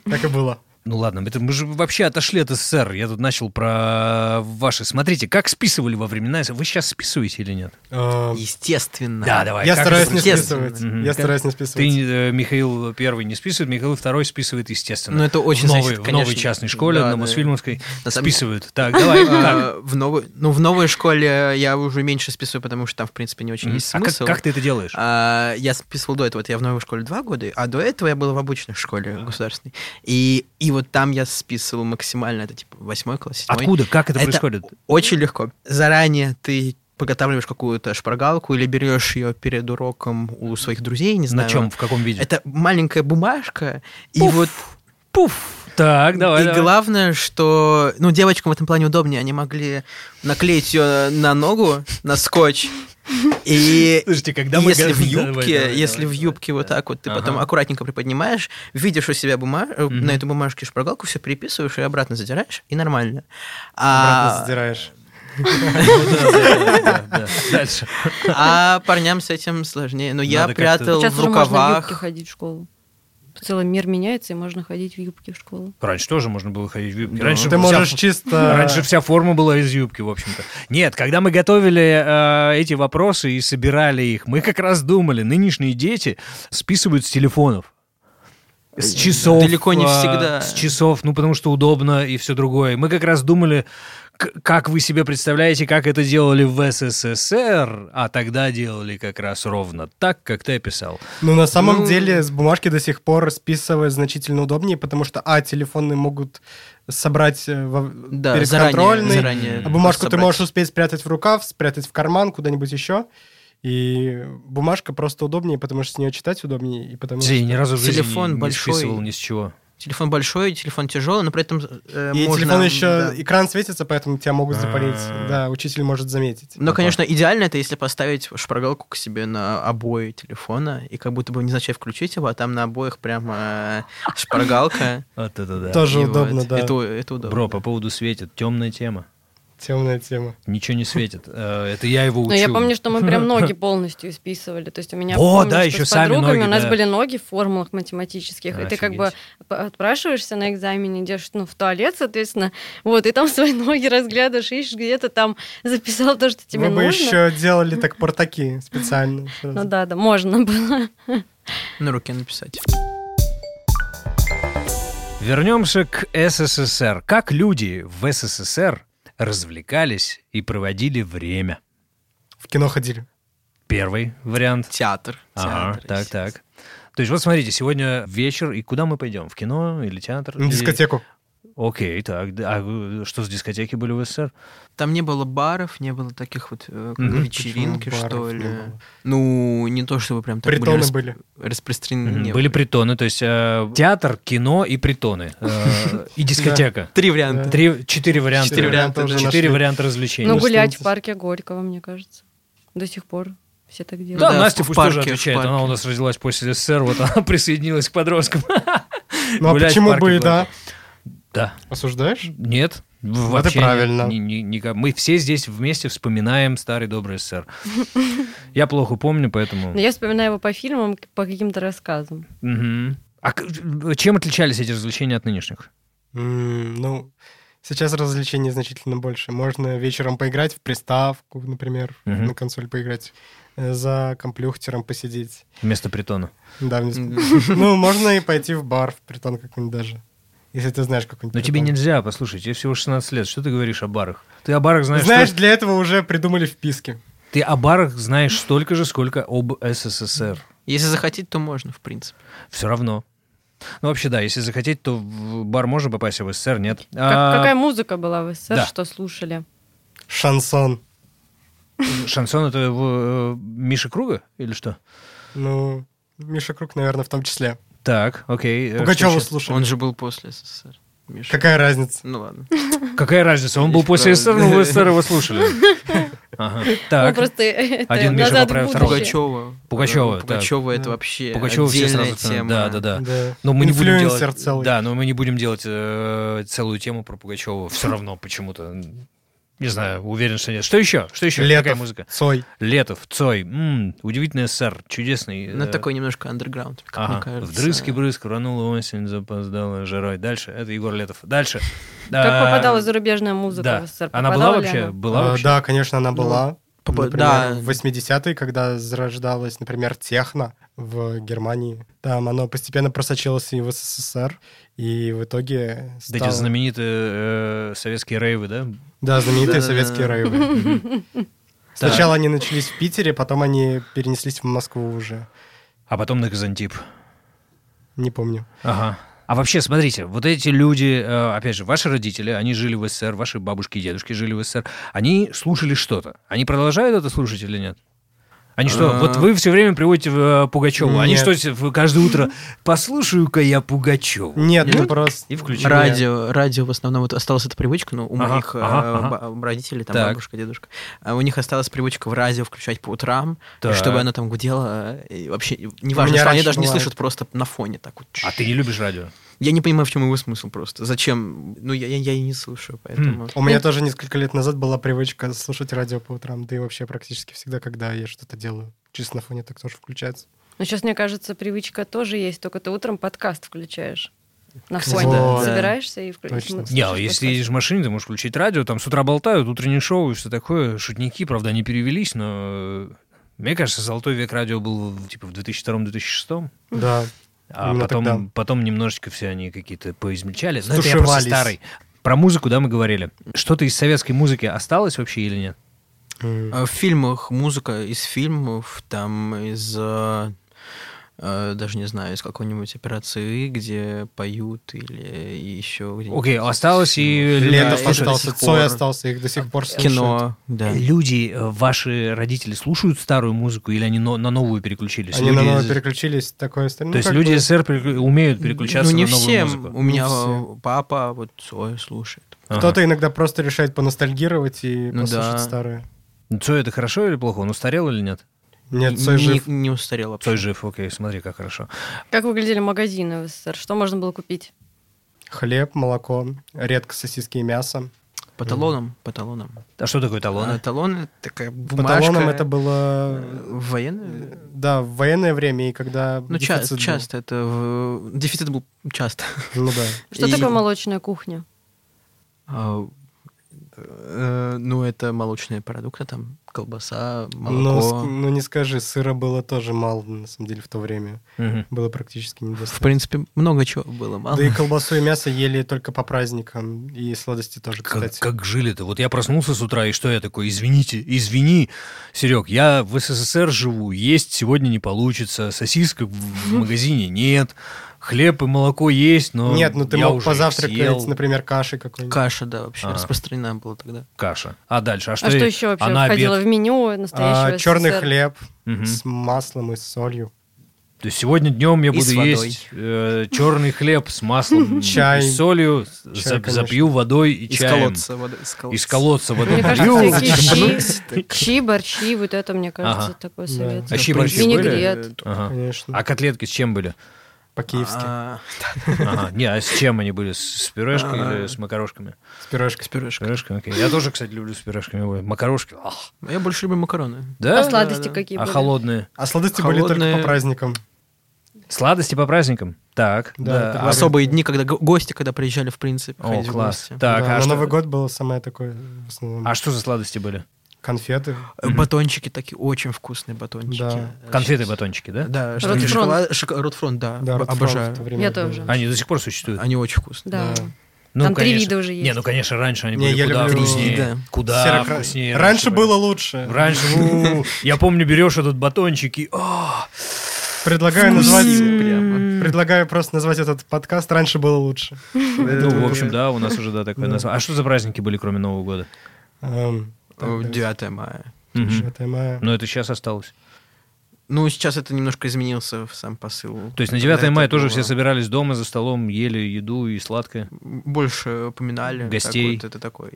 Speaker 3: так и было.
Speaker 2: Ну ладно, это мы же вообще отошли от СССР. Я тут начал про ваши. Смотрите, как списывали во времена СССР? Вы сейчас списываете или нет?
Speaker 3: Э,
Speaker 4: Естественно.
Speaker 2: Да, давай.
Speaker 3: Я
Speaker 2: как
Speaker 3: стараюсь
Speaker 2: это
Speaker 3: не
Speaker 2: списывать?
Speaker 4: Естественно.
Speaker 3: списывать.
Speaker 2: Мгм.
Speaker 3: Я
Speaker 2: Как-
Speaker 3: стараюсь не
Speaker 2: Ты,
Speaker 3: списывать.
Speaker 2: э, Михаил первый не списывает, Михаил второй списывает, естественно.
Speaker 4: Ну, это очень
Speaker 2: в новой,
Speaker 4: зависит,
Speaker 2: в новой
Speaker 4: конечно.
Speaker 2: частной школе,
Speaker 4: Да,
Speaker 2: на
Speaker 4: да.
Speaker 2: Мосфильмовской,
Speaker 4: На самом-
Speaker 2: списывают. Так, давай, как?
Speaker 4: А, в новой, ну, в новой школе я уже меньше списываю, потому что там, в принципе, не очень
Speaker 2: Мгм.
Speaker 4: есть
Speaker 2: А как,
Speaker 4: смысл.
Speaker 2: как ты это делаешь?
Speaker 4: А, я списывал до этого, вот я в новой школе два года, а до этого я был в обычной школе государственной. И, и вот там я списывал максимально, это типа восьмой класс, седьмой.
Speaker 2: Откуда? Как это,
Speaker 4: это-
Speaker 2: происходит?
Speaker 4: Очень легко. Заранее ты подготавливаешь какую-то шпаргалку или берешь ее перед уроком у своих друзей, не знаю.
Speaker 2: На чем? В каком виде?
Speaker 4: Это маленькая бумажка, и
Speaker 2: Пуф.
Speaker 4: вот... Пуф!
Speaker 2: Так, давай.
Speaker 4: и
Speaker 2: давай.
Speaker 4: главное, что ну девочкам в этом плане удобнее, они могли наклеить ее на ногу, на скотч. И
Speaker 2: Слушайте, когда мы
Speaker 4: если в
Speaker 2: говорим-
Speaker 4: юбке,
Speaker 2: Давай, давай,
Speaker 4: если
Speaker 2: давай,
Speaker 4: в юбке
Speaker 2: давай,
Speaker 4: вот
Speaker 2: да.
Speaker 4: так вот ты потом
Speaker 2: Ага.
Speaker 4: аккуратненько приподнимаешь, видишь у себя бума- э,
Speaker 2: Мгм.
Speaker 4: на эту бумажке шпаргалку, все переписываешь и обратно задираешь, и нормально.
Speaker 3: Обратно
Speaker 4: А,
Speaker 3: задираешь.
Speaker 2: Ну, да, да, да, да. Дальше.
Speaker 4: а парням с этим сложнее. Но я
Speaker 2: Надо как-то-
Speaker 4: прятал
Speaker 1: Сейчас
Speaker 4: в
Speaker 1: уже можно в юбке
Speaker 4: рукавах.
Speaker 1: ходить в школу. Целый мир меняется, и можно ходить в юбке в школу.
Speaker 2: Раньше тоже можно было ходить в юбке.
Speaker 4: Да.
Speaker 2: Раньше
Speaker 3: Ты
Speaker 2: вся-
Speaker 3: можешь чисто...
Speaker 2: Раньше вся форма была из юбки, в общем-то. Нет, когда мы готовили э, эти вопросы и собирали их, мы как раз думали, нынешние дети списывают с телефонов. С часов.
Speaker 4: Далеко не
Speaker 2: э,
Speaker 4: всегда.
Speaker 2: С часов, ну потому что удобно и все другое. Мы как раз думали, к- как вы себе представляете, как это делали в СССР, а тогда делали как раз ровно так, как ты описал.
Speaker 3: Ну, на самом
Speaker 4: Ну-
Speaker 3: деле, с бумажки до сих пор списывать значительно удобнее, потому что, а, телефоны могут собрать э, во-
Speaker 4: Да,
Speaker 3: перед
Speaker 4: заранее,
Speaker 3: контрольной,
Speaker 4: заранее
Speaker 3: а бумажку ты
Speaker 4: собрать.
Speaker 3: можешь успеть спрятать в рукав, спрятать в карман, куда-нибудь еще. И бумажка просто удобнее, потому что с нее читать удобнее. И потому
Speaker 2: Я ни разу в жизни
Speaker 4: телефон
Speaker 2: не
Speaker 4: большой.
Speaker 2: списывал ни с чего.
Speaker 4: Телефон большой, телефон тяжелый, но при этом э,
Speaker 3: И
Speaker 4: можно,
Speaker 3: телефон еще,
Speaker 4: да.
Speaker 3: экран светится, поэтому тебя могут запалить.
Speaker 2: А.
Speaker 3: Да, учитель может заметить.
Speaker 4: Но,
Speaker 2: Ага.
Speaker 4: конечно, идеально это, если поставить шпаргалку к себе на обои телефона, и как будто бы незначай включить его, а там на обоих прямо э, шпаргалка.
Speaker 2: Вот это да.
Speaker 3: Тоже
Speaker 4: И вот.
Speaker 3: удобно, да.
Speaker 4: Это, это удобно.
Speaker 2: Бро, по поводу светит, темная тема.
Speaker 3: Темная тема.
Speaker 2: Ничего не светит. Э, Это я его учу.
Speaker 1: Но Ну, я помню, что мы прям ноги полностью исписывали. То есть у меня
Speaker 2: О,
Speaker 1: помню,
Speaker 2: да,
Speaker 1: что
Speaker 2: еще
Speaker 1: с
Speaker 2: сами
Speaker 1: подругами
Speaker 2: ноги,
Speaker 1: у нас
Speaker 2: да.
Speaker 1: были ноги в формулах математических. и ты как бы п- отпрашиваешься на экзамене, идешь ну, в туалет, соответственно, вот, и там свои ноги разглядываешь, ищешь, где-то там записал то, что тебе
Speaker 3: Мы бы
Speaker 1: нужно.
Speaker 3: еще делали так портаки специально.
Speaker 1: Ну да, да, можно было.
Speaker 4: На руке написать.
Speaker 2: Вернемся к СССР. Как люди в СССР развлекались и проводили время?
Speaker 3: В кино ходили.
Speaker 2: Первый вариант.
Speaker 4: Театр.
Speaker 2: Ага,
Speaker 4: Театр,
Speaker 2: так,
Speaker 4: естественно.
Speaker 2: так. То есть вот смотрите, сегодня вечер, и куда мы пойдем? В кино или театр?
Speaker 3: На
Speaker 2: Или-
Speaker 3: дискотеку.
Speaker 2: Окей, так. да, А э, что с дискотеки были в СССР?
Speaker 4: Там не было баров, не было таких вот э, как
Speaker 2: Мгм.
Speaker 4: вечеринки,
Speaker 3: Почему
Speaker 4: что
Speaker 3: баров не
Speaker 4: ли.
Speaker 3: было?
Speaker 4: Ну, не то чтобы прям так
Speaker 3: Притоны
Speaker 4: были, расп-
Speaker 3: были.
Speaker 4: распространены.
Speaker 2: Мгм,
Speaker 4: не
Speaker 2: Были
Speaker 4: были.
Speaker 2: притоны, то есть э, театр, кино и притоны. Э, И дискотека.
Speaker 4: Три варианта.
Speaker 2: Три, четыре варианта.
Speaker 4: Четыре варианта,
Speaker 3: уже
Speaker 4: да.
Speaker 2: Четыре
Speaker 3: нашли.
Speaker 2: варианта развлечений.
Speaker 1: Ну,
Speaker 3: что
Speaker 1: гулять в
Speaker 3: это?
Speaker 1: парке Горького, мне кажется. До сих пор все так делают.
Speaker 2: Да,
Speaker 4: да,
Speaker 2: Настя
Speaker 4: в
Speaker 2: пусть
Speaker 4: парке,
Speaker 2: тоже
Speaker 4: в
Speaker 2: отвечает.
Speaker 4: парке.
Speaker 2: Она у нас родилась после СССР, вот она присоединилась к подросткам.
Speaker 3: Ну а
Speaker 2: Гулять в
Speaker 3: почему
Speaker 2: парке
Speaker 3: бы и да?
Speaker 2: гулять. Да.
Speaker 3: Осуждаешь?
Speaker 2: Нет. Вообще не-
Speaker 3: правильно.
Speaker 2: ни- ни- никак. Мы все здесь вместе вспоминаем старый добрый СССР. Я плохо помню, поэтому...
Speaker 1: Но я вспоминаю его по фильмам, по каким-то рассказам.
Speaker 2: Мгм. А к- чем отличались эти развлечения от нынешних?
Speaker 3: М, Ну, сейчас развлечений значительно больше. Можно вечером поиграть в приставку, например,
Speaker 2: Мгм.
Speaker 3: на консоль поиграть, э, за комплюхтером посидеть.
Speaker 2: Вместо притона.
Speaker 3: Да, вниз-
Speaker 4: Мгм.
Speaker 3: Ну, можно и пойти в бар, в притон какой-нибудь даже. Если ты знаешь какой-нибудь
Speaker 2: Но Ну, тебе
Speaker 3: притон.
Speaker 2: нельзя, послушай, тебе всего 16 лет. Что ты говоришь о барах? Ты о барах знаешь...
Speaker 3: Знаешь,
Speaker 2: столь-
Speaker 3: для этого уже придумали вписки.
Speaker 2: Ты о барах знаешь столько же, сколько об СССР.
Speaker 4: Если захотеть, то можно, в принципе.
Speaker 2: Все равно. Ну, вообще, да, если захотеть, то в бар можно попасть, а в СССР нет.
Speaker 1: Как-
Speaker 2: А,
Speaker 1: какая музыка была в СССР,
Speaker 2: да.
Speaker 1: что слушали?
Speaker 3: Шансон.
Speaker 2: Шансон это в, э, Миша Круга или что?
Speaker 3: Ну, Миша Круг, наверное, в том числе.
Speaker 2: Так, окей. э,
Speaker 3: Пугачева
Speaker 2: что
Speaker 3: слушали.
Speaker 4: Он же был после СССР. Миша.
Speaker 3: Какая разница?
Speaker 4: Ну ладно.
Speaker 2: еще? Какая разница? Он был
Speaker 4: Есть
Speaker 2: после
Speaker 4: правда.
Speaker 2: СССР, но в СССР его слушали. Ага.
Speaker 1: Ну,
Speaker 2: Так.
Speaker 1: просто это
Speaker 2: Один Миша
Speaker 1: назад в
Speaker 2: поправил второго.
Speaker 1: будущее.
Speaker 4: Пугачева.
Speaker 2: Пугачева, да.
Speaker 4: Пугачева Э, это
Speaker 3: Да.
Speaker 4: вообще
Speaker 2: Пугачева все
Speaker 4: отдельная
Speaker 2: сразу...
Speaker 4: тема.
Speaker 2: Да, да, да.
Speaker 3: Да.
Speaker 2: Но мы не будем
Speaker 3: Инфлюенсер
Speaker 2: делать,
Speaker 3: целый.
Speaker 2: Да, но мы не будем делать э, целую тему про Пугачева. Все равно почему-то. Не знаю, уверен, что нет. Что еще? Что еще? Какая
Speaker 3: Летов,
Speaker 2: музыка?
Speaker 3: Цой.
Speaker 2: Летов, Цой. М, удивительный СССР. Чудесный.
Speaker 4: Ну,
Speaker 2: э,
Speaker 4: такой немножко андерграунд, как мне
Speaker 2: Ага.
Speaker 4: кажется.
Speaker 2: Вдрызг и брызг, ранула осень, запоздала жирой. Дальше. Это Егор Летов. Дальше.
Speaker 1: Как
Speaker 2: А,
Speaker 1: попадала зарубежная музыка
Speaker 2: да.
Speaker 1: в СССР?
Speaker 2: Она была
Speaker 1: Попадала ли
Speaker 2: вообще?
Speaker 1: она?
Speaker 2: Была
Speaker 3: А,
Speaker 2: вообще? Ну,
Speaker 3: Да, конечно, она была.
Speaker 4: попа-
Speaker 3: Например,
Speaker 4: да.
Speaker 3: в 80-е, когда зарождалась, например, техно в Германии, там оно постепенно просочилось и в СССР, и в итоге
Speaker 2: Да
Speaker 3: стало...
Speaker 2: эти знаменитые э, советские рейвы, да?
Speaker 3: Да, знаменитые
Speaker 4: Да-да-да.
Speaker 3: советские рейвы. Сначала они начались в Питере, потом они перенеслись в Москву уже.
Speaker 2: А потом на Казантип.
Speaker 3: Не помню.
Speaker 2: Ага. А вообще, смотрите, вот эти люди, э, опять же, ваши родители, они жили в СССР, ваши бабушки и дедушки жили в СССР, они слушали что-то. Они продолжают это слушать или нет? Они что,
Speaker 4: А.
Speaker 2: вот вы все время приводите в, э, Пугачеву, они
Speaker 3: Нет.
Speaker 2: что, с- в- каждое утро, послушаю-ка я Пугачеву.
Speaker 3: Нет,
Speaker 4: Нет?
Speaker 3: ну просто...
Speaker 2: И включили.
Speaker 4: Радио, радио в основном вот осталась эта привычка, но у
Speaker 2: Ага,
Speaker 4: моих э,
Speaker 2: ага,
Speaker 4: ба- родителей, там
Speaker 2: Так.
Speaker 4: бабушка, дедушка, а у них осталась привычка в радио включать по утрам, и
Speaker 2: Так.
Speaker 4: чтобы оно там гудело, э, и вообще и неважно,
Speaker 3: меня
Speaker 4: что они
Speaker 3: раньше
Speaker 4: даже не
Speaker 3: была
Speaker 4: слышат, просто на фоне так вот.
Speaker 2: А ты не любишь радио?
Speaker 4: Я не понимаю, в чем его смысл просто. Зачем? Ну, я, я, я и не слушаю, поэтому...
Speaker 2: Хм.
Speaker 3: У меня тоже несколько лет назад была привычка слушать радио по утрам, да и вообще практически всегда, когда я что-то делаю. Чисто на фоне так тоже включается.
Speaker 1: Но сейчас, Ну, мне кажется, привычка тоже есть, только ты утром подкаст включаешь. На
Speaker 4: Кстати,
Speaker 1: фоне
Speaker 3: да.
Speaker 1: собираешься и включаешь.
Speaker 3: Точно.
Speaker 2: Не, а если едешь в машине, ты можешь включить радио, там с утра болтают, утреннее шоу и все такое. Шутники, правда, не перевелись, но... э, Мне кажется, золотой век радио был в- типа в 2002-2006.
Speaker 3: Ну, Да.
Speaker 2: А
Speaker 3: Именно
Speaker 2: потом,
Speaker 3: тогда.
Speaker 2: потом немножечко все они какие-то поизмельчали. Но это я просто
Speaker 3: Стушевались.
Speaker 2: старый. Про музыку, да, мы говорили. Что-то из советской музыки осталось вообще или нет?
Speaker 3: М.
Speaker 4: А В фильмах музыка из фильмов, там из э, э, даже не знаю, из какой-нибудь операции, «И», где поют или еще где
Speaker 2: Окей, осталось и...
Speaker 4: Лето
Speaker 3: Летов
Speaker 2: Слушай,
Speaker 4: слушаю до
Speaker 3: остался,
Speaker 4: сих пор.
Speaker 3: Цой остался, их до сих пор
Speaker 4: Э,
Speaker 3: слушают.
Speaker 4: кино, да.
Speaker 2: Люди, э, ваши родители слушают старую музыку или они но- на новую переключились?
Speaker 3: Они
Speaker 2: Люди
Speaker 3: А на ну, новое
Speaker 2: из-
Speaker 3: переключились, такое остальное.
Speaker 2: То есть люди СССР переклю- умеют переключаться
Speaker 4: ну, не
Speaker 2: на новую
Speaker 4: все.
Speaker 2: музыку?
Speaker 4: У меня
Speaker 3: Не все.
Speaker 4: э, папа вот Цой слушает.
Speaker 2: Ага.
Speaker 3: Кто-то иногда просто решает поностальгировать и
Speaker 4: Ну
Speaker 3: послушать
Speaker 4: да.
Speaker 3: старые.
Speaker 2: Ну, Цой это хорошо или плохо? Он устарел или нет?
Speaker 3: Нет,
Speaker 4: Не-
Speaker 3: Цой
Speaker 4: не,
Speaker 3: жив.
Speaker 4: Не устарел вообще.
Speaker 2: Цой жив, окей, смотри, как хорошо.
Speaker 1: Как выглядели магазины в СССР? Что можно было купить?
Speaker 3: Хлеб, молоко, редко сосиски и мясо.
Speaker 4: По талонам, по талонам.
Speaker 2: А что такое
Speaker 4: А,
Speaker 2: талоны?
Speaker 4: талоны такая
Speaker 3: По
Speaker 4: бумажка.
Speaker 3: талонам это было...
Speaker 4: э, военная.
Speaker 3: э, Да, в военное время, и когда...
Speaker 4: Ну, ча-
Speaker 3: дефицит был.
Speaker 4: часто это... в- Дефицит был часто.
Speaker 3: Ну да.
Speaker 1: Что
Speaker 4: И-
Speaker 1: такое молочная кухня?
Speaker 4: А, э, Ну, это молочные продукты там. колбаса,
Speaker 3: Но,
Speaker 4: молоко.
Speaker 3: ск- ну не скажи, сыра было тоже мало, на самом деле, в то время.
Speaker 2: Мгм.
Speaker 3: Было практически
Speaker 4: В
Speaker 3: недостаточно.
Speaker 4: принципе, много чего было мало.
Speaker 3: Да и колбасу и мясо ели только по праздникам, и сладости тоже,
Speaker 2: Как,
Speaker 3: кстати.
Speaker 2: как жили-то? Вот я проснулся с утра, и что я такой? Извините, извини, Серег, я в СССР живу, есть сегодня не получится, сосисок в в магазине нет, хлеб и молоко есть, но
Speaker 3: Нет, ну ты
Speaker 2: я
Speaker 3: мог
Speaker 2: уже их
Speaker 3: позавтракать,
Speaker 2: съел.
Speaker 3: например, кашей какой-нибудь.
Speaker 4: Каша, да, вообще
Speaker 2: Ага.
Speaker 4: распространена была тогда.
Speaker 2: Каша. А дальше? А что,
Speaker 1: А что еще вообще
Speaker 2: а на
Speaker 1: входило
Speaker 2: обед?
Speaker 1: в меню настоящего
Speaker 3: А, черный
Speaker 1: СССР?
Speaker 3: хлеб
Speaker 2: Мгм.
Speaker 3: с маслом и с солью.
Speaker 2: То есть сегодня днем я
Speaker 4: И с
Speaker 2: буду
Speaker 4: водой.
Speaker 2: есть черный хлеб с маслом,
Speaker 3: Чай.
Speaker 2: и с солью, с-
Speaker 3: Чай,
Speaker 2: за-
Speaker 3: конечно.
Speaker 2: запью водой и
Speaker 4: Из
Speaker 2: чаем.
Speaker 4: колодца вода. Из колодца.
Speaker 2: Из колодца водой.
Speaker 1: Мне кажется,
Speaker 2: Ю,
Speaker 1: всякие щи, щи, борщи, вот это, мне кажется,
Speaker 2: Ага.
Speaker 1: такое
Speaker 3: Да.
Speaker 1: советское.
Speaker 2: А щи
Speaker 4: Да, в принципе,
Speaker 2: борщи были?
Speaker 1: Винегрет.
Speaker 2: Ага.
Speaker 3: Конечно.
Speaker 2: А котлетки с чем были?
Speaker 3: По-киевски.
Speaker 4: А,
Speaker 2: Ага. Не, а с чем они были? С- С пюрешкой
Speaker 4: А.
Speaker 2: или с макарошками?
Speaker 3: С пирожкой.
Speaker 4: с
Speaker 2: С
Speaker 4: пюрешкой.
Speaker 2: пюрешками, окей. Я тоже, кстати, люблю с пюрешками. Ой, Макарошки. ах.
Speaker 4: Я больше люблю макароны.
Speaker 1: А
Speaker 2: Э? Да?
Speaker 1: сладости
Speaker 4: да.
Speaker 1: какие
Speaker 2: А
Speaker 1: были?
Speaker 2: холодные?
Speaker 3: А сладости были только
Speaker 4: Холодные.
Speaker 3: по праздникам.
Speaker 2: Сладости по праздникам? Так.
Speaker 3: Да, это
Speaker 2: Да. А-
Speaker 3: классно.
Speaker 4: Особые дни, когда го- гости, когда приезжали, в принципе,
Speaker 2: О,
Speaker 4: ходили в
Speaker 2: класс.
Speaker 4: гости.
Speaker 2: Так, а
Speaker 3: Да, но
Speaker 2: что-
Speaker 3: Новый год был самое такое, в основном,
Speaker 2: а что за сладости были?
Speaker 3: конфеты.
Speaker 4: Э, Батончики такие, очень вкусные батончики.
Speaker 3: Да.
Speaker 4: Э,
Speaker 2: Конфеты,
Speaker 4: щас-
Speaker 2: батончики, да?
Speaker 4: Да, что
Speaker 1: Ротфронт.
Speaker 4: шоколад- шоко- Ротфронт, да,
Speaker 2: А,
Speaker 3: Да,
Speaker 4: б-
Speaker 3: Ротфронт
Speaker 4: обожаю.
Speaker 3: в то время
Speaker 1: Я
Speaker 3: был.
Speaker 1: тоже.
Speaker 2: Они до сих пор существуют.
Speaker 4: Они очень вкусные.
Speaker 1: Да.
Speaker 3: Да.
Speaker 2: Ну,
Speaker 1: Там три
Speaker 2: конечно.
Speaker 1: вида уже есть.
Speaker 2: Не, ну, конечно, раньше они
Speaker 3: Не,
Speaker 2: были
Speaker 3: я
Speaker 2: куда
Speaker 3: люблю-
Speaker 2: вкуснее.
Speaker 4: Да.
Speaker 2: Куда
Speaker 3: Серо-
Speaker 2: вкуснее.
Speaker 3: Раньше
Speaker 2: были.
Speaker 3: было лучше.
Speaker 2: Раньше, у, я помню, берешь этот батончик и... а,
Speaker 3: Предлагаю назвать...
Speaker 4: прямо.
Speaker 3: Предлагаю просто назвать этот подкаст «Раньше было лучше».
Speaker 2: Ну, в общем, да, у нас уже, да, такое
Speaker 3: Да.
Speaker 2: название. А что за праздники были, кроме Нового года?
Speaker 3: Эм, так,
Speaker 4: О,
Speaker 3: да,
Speaker 4: 9 мая.
Speaker 2: Мгм.
Speaker 3: 9 мая.
Speaker 2: Но Ну, это сейчас осталось.
Speaker 4: Ну, сейчас это немножко изменился в сам посыл.
Speaker 2: То есть на
Speaker 4: Тогда
Speaker 2: 9 мая
Speaker 4: это
Speaker 2: тоже
Speaker 4: было-
Speaker 2: все собирались дома за столом, ели еду и сладкое.
Speaker 4: больше упоминали. так
Speaker 2: Гостей.
Speaker 4: вот, это такой.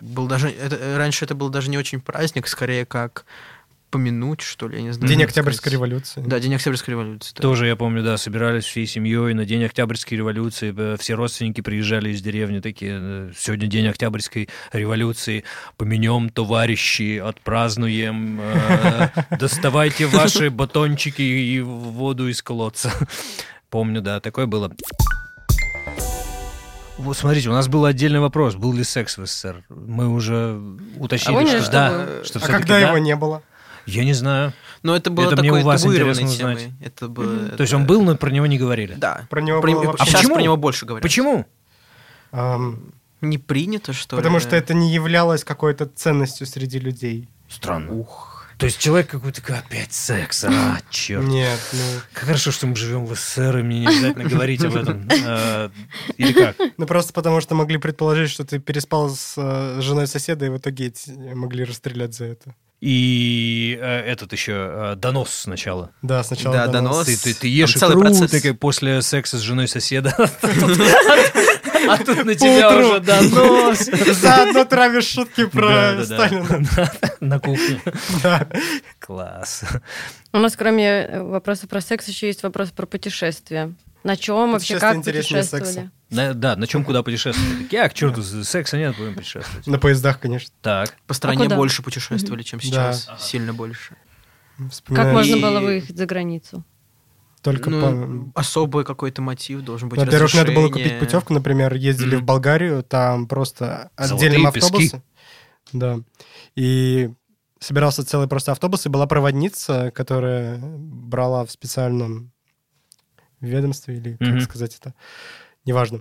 Speaker 4: Был даже, это, э, раньше это был даже не очень праздник, скорее как помянуть, что ли, я не знаю.
Speaker 3: День
Speaker 2: ну,
Speaker 4: как
Speaker 3: Октябрьской
Speaker 4: сказать.
Speaker 3: революции.
Speaker 4: Да, День Октябрьской революции. да.
Speaker 2: Тоже, я помню, да, собирались всей семьей на День Октябрьской революции. э, Все родственники приезжали из деревни такие, э, сегодня День Октябрьской революции, поменем, товарищи, отпразднуем, э, доставайте ваши батончики и в- воду из колодца. Помню, да, такое было. Вот смотрите, у нас был отдельный вопрос, был ли секс в СССР. Мы уже уточнили,
Speaker 1: поняли,
Speaker 2: что
Speaker 1: что
Speaker 2: да,
Speaker 1: был.
Speaker 2: что
Speaker 3: А
Speaker 2: всё-таки да.
Speaker 3: когда его не было?
Speaker 2: Я не знаю.
Speaker 4: Но это было
Speaker 2: Это мне
Speaker 4: такой
Speaker 2: у вас
Speaker 4: табуированной
Speaker 2: интересно
Speaker 4: темой.
Speaker 2: узнать.
Speaker 4: Это было,
Speaker 2: То есть он был, но про него не говорили.
Speaker 4: Да.
Speaker 3: Про него
Speaker 4: Про-
Speaker 3: было вообще-
Speaker 2: А
Speaker 4: Сейчас
Speaker 2: почему?
Speaker 4: про него больше говорят.
Speaker 2: Почему?
Speaker 3: Эм,
Speaker 4: Не принято, что
Speaker 3: Потому
Speaker 4: ли?
Speaker 3: что это не являлось какой-то ценностью среди людей.
Speaker 2: Странно.
Speaker 4: Ух.
Speaker 2: То есть человек какой-то такой, опять секс, а, черт.
Speaker 3: Нет, ну...
Speaker 2: Как хорошо, что мы живем в СССР, и мне не обязательно говорить об этом. Э, Или как?
Speaker 3: Ну, просто потому что могли предположить, что ты переспал с э, женой соседа, и в итоге те- могли расстрелять за это.
Speaker 2: И э, этот еще э, донос сначала.
Speaker 3: Да, сначала
Speaker 4: Да, донос.
Speaker 2: Ты, ты- ты ешь
Speaker 4: Там целый
Speaker 2: икру,
Speaker 4: процесс.
Speaker 2: такая, после секса с женой соседа. А тут- а тут на тебя
Speaker 3: Поутру.
Speaker 2: уже донос.
Speaker 3: Заодно травишь шутки про
Speaker 2: Да-да-да.
Speaker 3: Сталина.
Speaker 2: На кухне.
Speaker 3: Да.
Speaker 2: Класс.
Speaker 1: У нас кроме э, вопроса про секс еще есть вопрос про путешествия. На чем вообще, как
Speaker 3: Путешествия интереснее секса.
Speaker 1: путешествовали?
Speaker 2: На- Да, на чем куда путешествовать? Я к черту, секса нет, будем путешествовать.
Speaker 3: На поездах, конечно.
Speaker 2: Так.
Speaker 4: По стране
Speaker 1: куда?
Speaker 4: больше путешествовали, чем сейчас. Сильно больше.
Speaker 1: Как
Speaker 3: Вспоминаю.
Speaker 1: можно
Speaker 4: И-
Speaker 1: было выехать за границу?
Speaker 3: Только
Speaker 4: Ну,
Speaker 3: по-
Speaker 4: особый какой-то мотив должен быть.
Speaker 3: Во-первых, надо было
Speaker 4: разрешение.
Speaker 3: купить путевку, например, ездили в
Speaker 2: Мгм.
Speaker 3: Болгарию, там просто отдельным
Speaker 2: Золотые пески.
Speaker 3: автобусом. Да. И собирался целый просто автобус, и была проводница, которая брала в специальном ведомстве, или
Speaker 2: Мгм.
Speaker 3: как сказать это, неважно,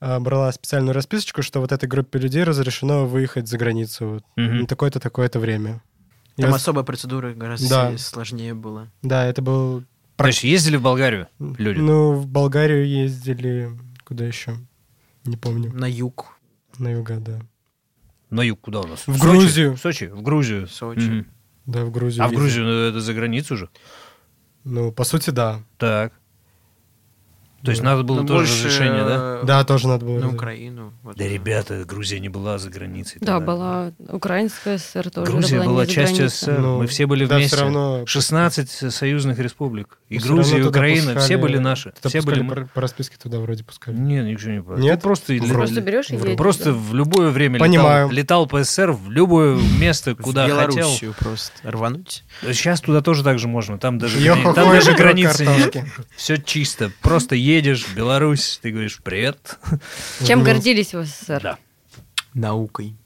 Speaker 3: а, брала специальную расписочку, что вот этой группе людей разрешено выехать за границу вот,
Speaker 2: Мгм.
Speaker 3: на такое-то, такое-то время. Я
Speaker 4: Там
Speaker 3: с-
Speaker 4: особая процедура гораздо
Speaker 3: Да.
Speaker 4: сложнее было.
Speaker 3: Да, это был...
Speaker 2: То есть ездили в Болгарию люди?
Speaker 3: Ну, в Болгарию ездили, куда еще? Не помню.
Speaker 4: На юг
Speaker 3: На юга, да.
Speaker 2: На юг куда у нас?
Speaker 3: В
Speaker 2: Сочи?
Speaker 3: Грузию.
Speaker 2: В Сочи, в Грузию.
Speaker 4: Сочи.
Speaker 2: Мгм.
Speaker 3: Да, в Грузию.
Speaker 2: А в
Speaker 3: ездили.
Speaker 2: Грузию ну, это за границу же?
Speaker 3: Ну, по сути, да. Так.
Speaker 2: То есть надо было
Speaker 4: Ну,
Speaker 2: тоже
Speaker 4: больше,
Speaker 2: разрешение, да?
Speaker 4: э,
Speaker 3: Да, тоже надо было.
Speaker 4: На
Speaker 3: разрешить.
Speaker 4: Украину. вот.
Speaker 2: Да, ребята, Грузия не была за границей.
Speaker 1: Да,
Speaker 2: тогда.
Speaker 1: была украинская СССР тоже.
Speaker 2: Грузия
Speaker 1: это
Speaker 2: была
Speaker 1: не за
Speaker 2: частью
Speaker 1: границей.
Speaker 2: СССР.
Speaker 3: Ну,
Speaker 2: Мы все были
Speaker 3: да,
Speaker 2: вместе.
Speaker 3: всё равно-
Speaker 2: 16 союзных республик. И
Speaker 3: Всё
Speaker 2: Грузия, и
Speaker 3: равно туда
Speaker 2: Украина, все
Speaker 3: пускали-
Speaker 2: были наши.
Speaker 3: туда
Speaker 2: все были
Speaker 3: пускали
Speaker 2: мы.
Speaker 3: по, по расписке туда вроде пускали.
Speaker 2: Не, ничего не правда.
Speaker 3: Нет?
Speaker 2: Ты просто,
Speaker 3: Ты
Speaker 2: ле-
Speaker 1: Ну, Просто берешь и едешь.
Speaker 2: просто в любое время
Speaker 3: Понимаю.
Speaker 2: летал, летал по СССР, в любое место, куда
Speaker 4: в
Speaker 2: хотел.
Speaker 4: Белоруссию просто рвануть.
Speaker 2: Сейчас туда тоже так же можно. Там даже, грани-
Speaker 3: Йо-хо-хо,
Speaker 2: там даже
Speaker 3: жирок
Speaker 2: границы нет.
Speaker 3: картошки.
Speaker 2: Все чисто. Просто едешь в Беларусь, ты говоришь «Привет».
Speaker 1: Чем
Speaker 3: Ну,
Speaker 1: гордились в СССР?
Speaker 2: Да.
Speaker 4: Наукой.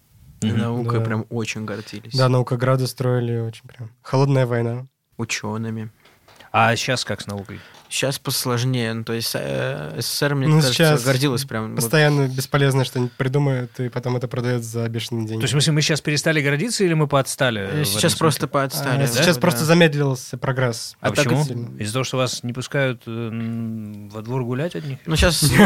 Speaker 2: Мгм.
Speaker 4: Наукой
Speaker 3: Да.
Speaker 4: прям очень гордились.
Speaker 3: Да, наукограды строили очень прям. Холодная война.
Speaker 4: Учеными.
Speaker 2: А сейчас как с наукой?
Speaker 4: Сейчас посложнее. Ну, то есть э, СССР, мне
Speaker 3: Ну,
Speaker 4: кажется,
Speaker 3: сейчас
Speaker 4: гордилась прям. вот
Speaker 3: Постоянно бесполезно что-нибудь придумают, и потом это продают за бешеные
Speaker 2: То
Speaker 3: деньги.
Speaker 2: есть, в смысле, мы сейчас перестали гордиться или мы поотстали? э, в этом
Speaker 4: Сейчас
Speaker 2: смысле?
Speaker 4: просто
Speaker 3: А,
Speaker 4: поотстали. да,
Speaker 3: сейчас
Speaker 4: да.
Speaker 3: просто замедлился прогресс.
Speaker 2: А
Speaker 3: Вот так
Speaker 2: почему?
Speaker 3: вот сильно.
Speaker 2: Из-за того, что вас не пускают э, м, во двор гулять одних?
Speaker 4: Ну, сейчас...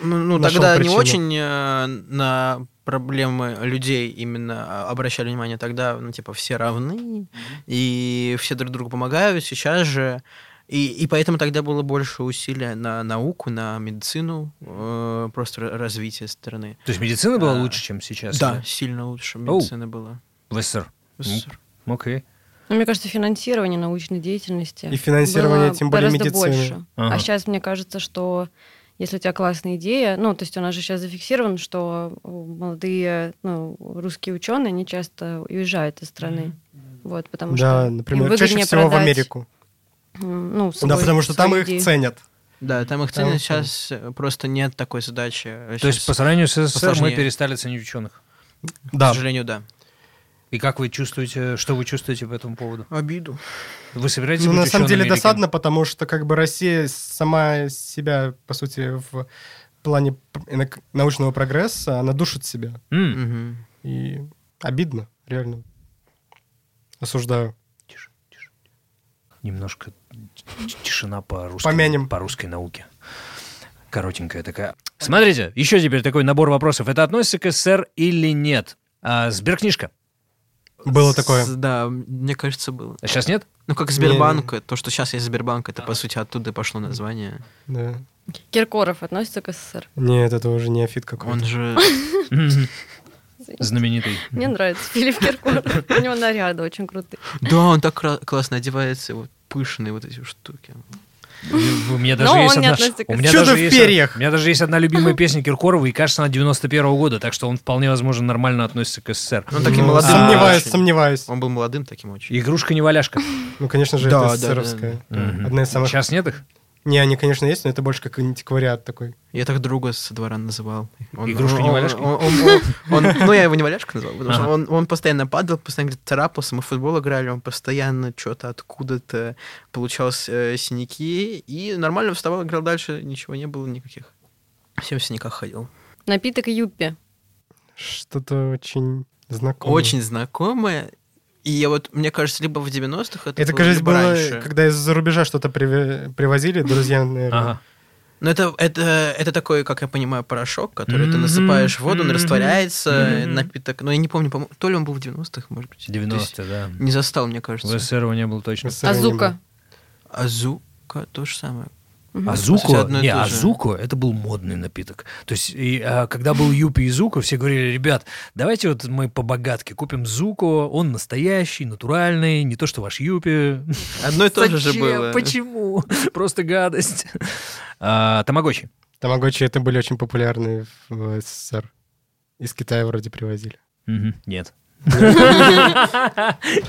Speaker 4: Ну, ну,
Speaker 3: Нашел
Speaker 4: тогда не
Speaker 3: причину.
Speaker 4: очень э, на проблемы людей именно а, обращали внимание. Тогда, ну, типа, все равны, и все друг другу помогают. Сейчас же... И, и поэтому тогда было больше усилия на науку, на медицину, э, просто ра- развитие страны.
Speaker 2: То есть медицина была
Speaker 4: А,
Speaker 2: лучше, чем сейчас?
Speaker 4: да, сильно лучше медицина была.
Speaker 2: В СССР?
Speaker 3: Ну.
Speaker 4: в СССР.
Speaker 2: Окей.
Speaker 1: Ну, мне кажется, финансирование научной деятельности.
Speaker 3: И финансирование,
Speaker 1: было
Speaker 3: тем более
Speaker 1: гораздо
Speaker 3: медицины.
Speaker 1: больше.
Speaker 2: Ага.
Speaker 1: А сейчас мне кажется, что если у тебя классная идея, ну, то есть у нас же сейчас зафиксировано, что э, молодые ну, русские ученые, они часто уезжают из страны. Вот, потому
Speaker 3: Да,
Speaker 1: что
Speaker 3: например,
Speaker 1: им
Speaker 3: чаще
Speaker 1: выгоднее
Speaker 3: всего в
Speaker 1: продать,
Speaker 3: Америку.
Speaker 1: м, Ну, свой-
Speaker 3: Да, потому что там
Speaker 1: свои
Speaker 3: их
Speaker 1: идеи.
Speaker 3: ценят.
Speaker 4: Да, там их
Speaker 3: Там
Speaker 4: цены
Speaker 3: их
Speaker 4: сейчас э, просто нет такой задачи.
Speaker 2: То есть,
Speaker 4: Сейчас,
Speaker 2: по сравнению с СССР мы
Speaker 4: посложнее.
Speaker 2: перестали ценить ученых.
Speaker 4: к
Speaker 3: Да.
Speaker 4: сожалению, да.
Speaker 2: И как вы чувствуете, э, что вы чувствуете по этому поводу?
Speaker 4: Обиду.
Speaker 2: Вы собираетесь
Speaker 3: Ну,
Speaker 2: быть
Speaker 3: на самом
Speaker 2: ученым
Speaker 3: деле
Speaker 2: великим?
Speaker 3: досадно, потому что как бы Россия сама себя, по сути, в плане п- инок- научного прогресса, она душит себя.
Speaker 2: М,
Speaker 3: И обидно, реально. Осуждаю.
Speaker 2: Тише, тише. Немножко т- тишина по русской,
Speaker 3: Помянем.
Speaker 2: по русской науке. Коротенькая такая. Смотрите, еще теперь такой набор вопросов. Это относится к СССР или нет? А, Сберкнижка.
Speaker 3: Было такое.
Speaker 4: С- Да, мне кажется, было.
Speaker 2: А сейчас нет?
Speaker 4: Ну, как Сбербанк, то, что сейчас есть Сбербанк, это, по сути, оттуда и пошло название.
Speaker 3: Да.
Speaker 1: Киркоров относится к СССР.
Speaker 3: Нет, это уже не афит какой-то.
Speaker 4: Он же...
Speaker 2: Мгм. Знаменитый.
Speaker 1: Мне нравится Филипп Киркоров. У него наряды очень крутые.
Speaker 4: Да, он так кра- классно одевается, вот пышные вот эти штуки.
Speaker 2: У меня
Speaker 1: Но
Speaker 2: даже
Speaker 1: он
Speaker 2: есть
Speaker 1: не
Speaker 2: одна...
Speaker 1: относится к
Speaker 2: у меня
Speaker 3: Чудо
Speaker 2: даже
Speaker 3: в
Speaker 2: есть-
Speaker 3: перьях.
Speaker 2: У меня даже есть одна любимая песня Киркорова, и кажется, она 91 года, так что он вполне возможно нормально относится к СССР.
Speaker 4: Он таким
Speaker 3: Ну,
Speaker 4: молодым.
Speaker 3: Сомневаюсь,
Speaker 4: очень.
Speaker 3: сомневаюсь.
Speaker 4: Он был молодым таким очень.
Speaker 2: Игрушка-неваляшка.
Speaker 3: Ну, конечно же,
Speaker 4: Да, да,
Speaker 3: это СССРовская.
Speaker 2: Мгм.
Speaker 3: Одна из самых...
Speaker 2: Сейчас нет их?
Speaker 3: Не, они, конечно, есть, но это больше как антиквариат такой.
Speaker 4: Я так друга со двора называл. Он-
Speaker 2: Игрушка-неваляшка?
Speaker 4: он- он- он- он- Ну, я его неваляшка назвал, потому что
Speaker 2: Ага.
Speaker 4: он, он постоянно падал, постоянно где-то царапался, мы в футбол играли, он постоянно что-то откуда-то получал с- э, синяки, и нормально вставал, играл дальше, ничего не было никаких. Всем в синяках ходил.
Speaker 1: Напиток Юппи.
Speaker 3: Что-то очень знакомое.
Speaker 4: Очень знакомое. И я вот, мне кажется, либо в 90-х это,
Speaker 3: Это,
Speaker 4: было,
Speaker 3: кажется,
Speaker 4: либо
Speaker 3: было,
Speaker 4: раньше.
Speaker 3: когда из-за рубежа что-то приве- привозили, друзья, наверное.
Speaker 2: Ага.
Speaker 4: Но это, это, это такой, как я понимаю, порошок, который ты
Speaker 2: Мгм,
Speaker 4: насыпаешь в воду, он
Speaker 2: мгм,
Speaker 4: растворяется,
Speaker 2: мгм.
Speaker 4: напиток. Но я не помню, по-моему, то ли он был в 90-х, может быть.
Speaker 2: 90 да.
Speaker 4: Не застал, мне кажется.
Speaker 2: В СССР его не было точно.
Speaker 3: СССР не было.
Speaker 1: Азука.
Speaker 4: Азука то же самое.
Speaker 1: Мгм.
Speaker 4: По сути,
Speaker 2: Азуко,
Speaker 4: А одно и
Speaker 2: А не,
Speaker 4: то же.
Speaker 2: Азуко это был модный напиток. То есть, и, а, когда был Юпи и Зуко, все говорили, ребят, давайте вот мы по богатке купим Зуко, он настоящий, натуральный, не то что ваш Юпи.
Speaker 4: Одно и то же же
Speaker 2: Зачем?
Speaker 4: было.
Speaker 2: Почему? Просто гадость. А, Тамагочи.
Speaker 3: Тамагочи это были очень популярны в СССР. Из Китая вроде привозили.
Speaker 2: Мгм. Нет.
Speaker 3: Блин.
Speaker 2: Нет.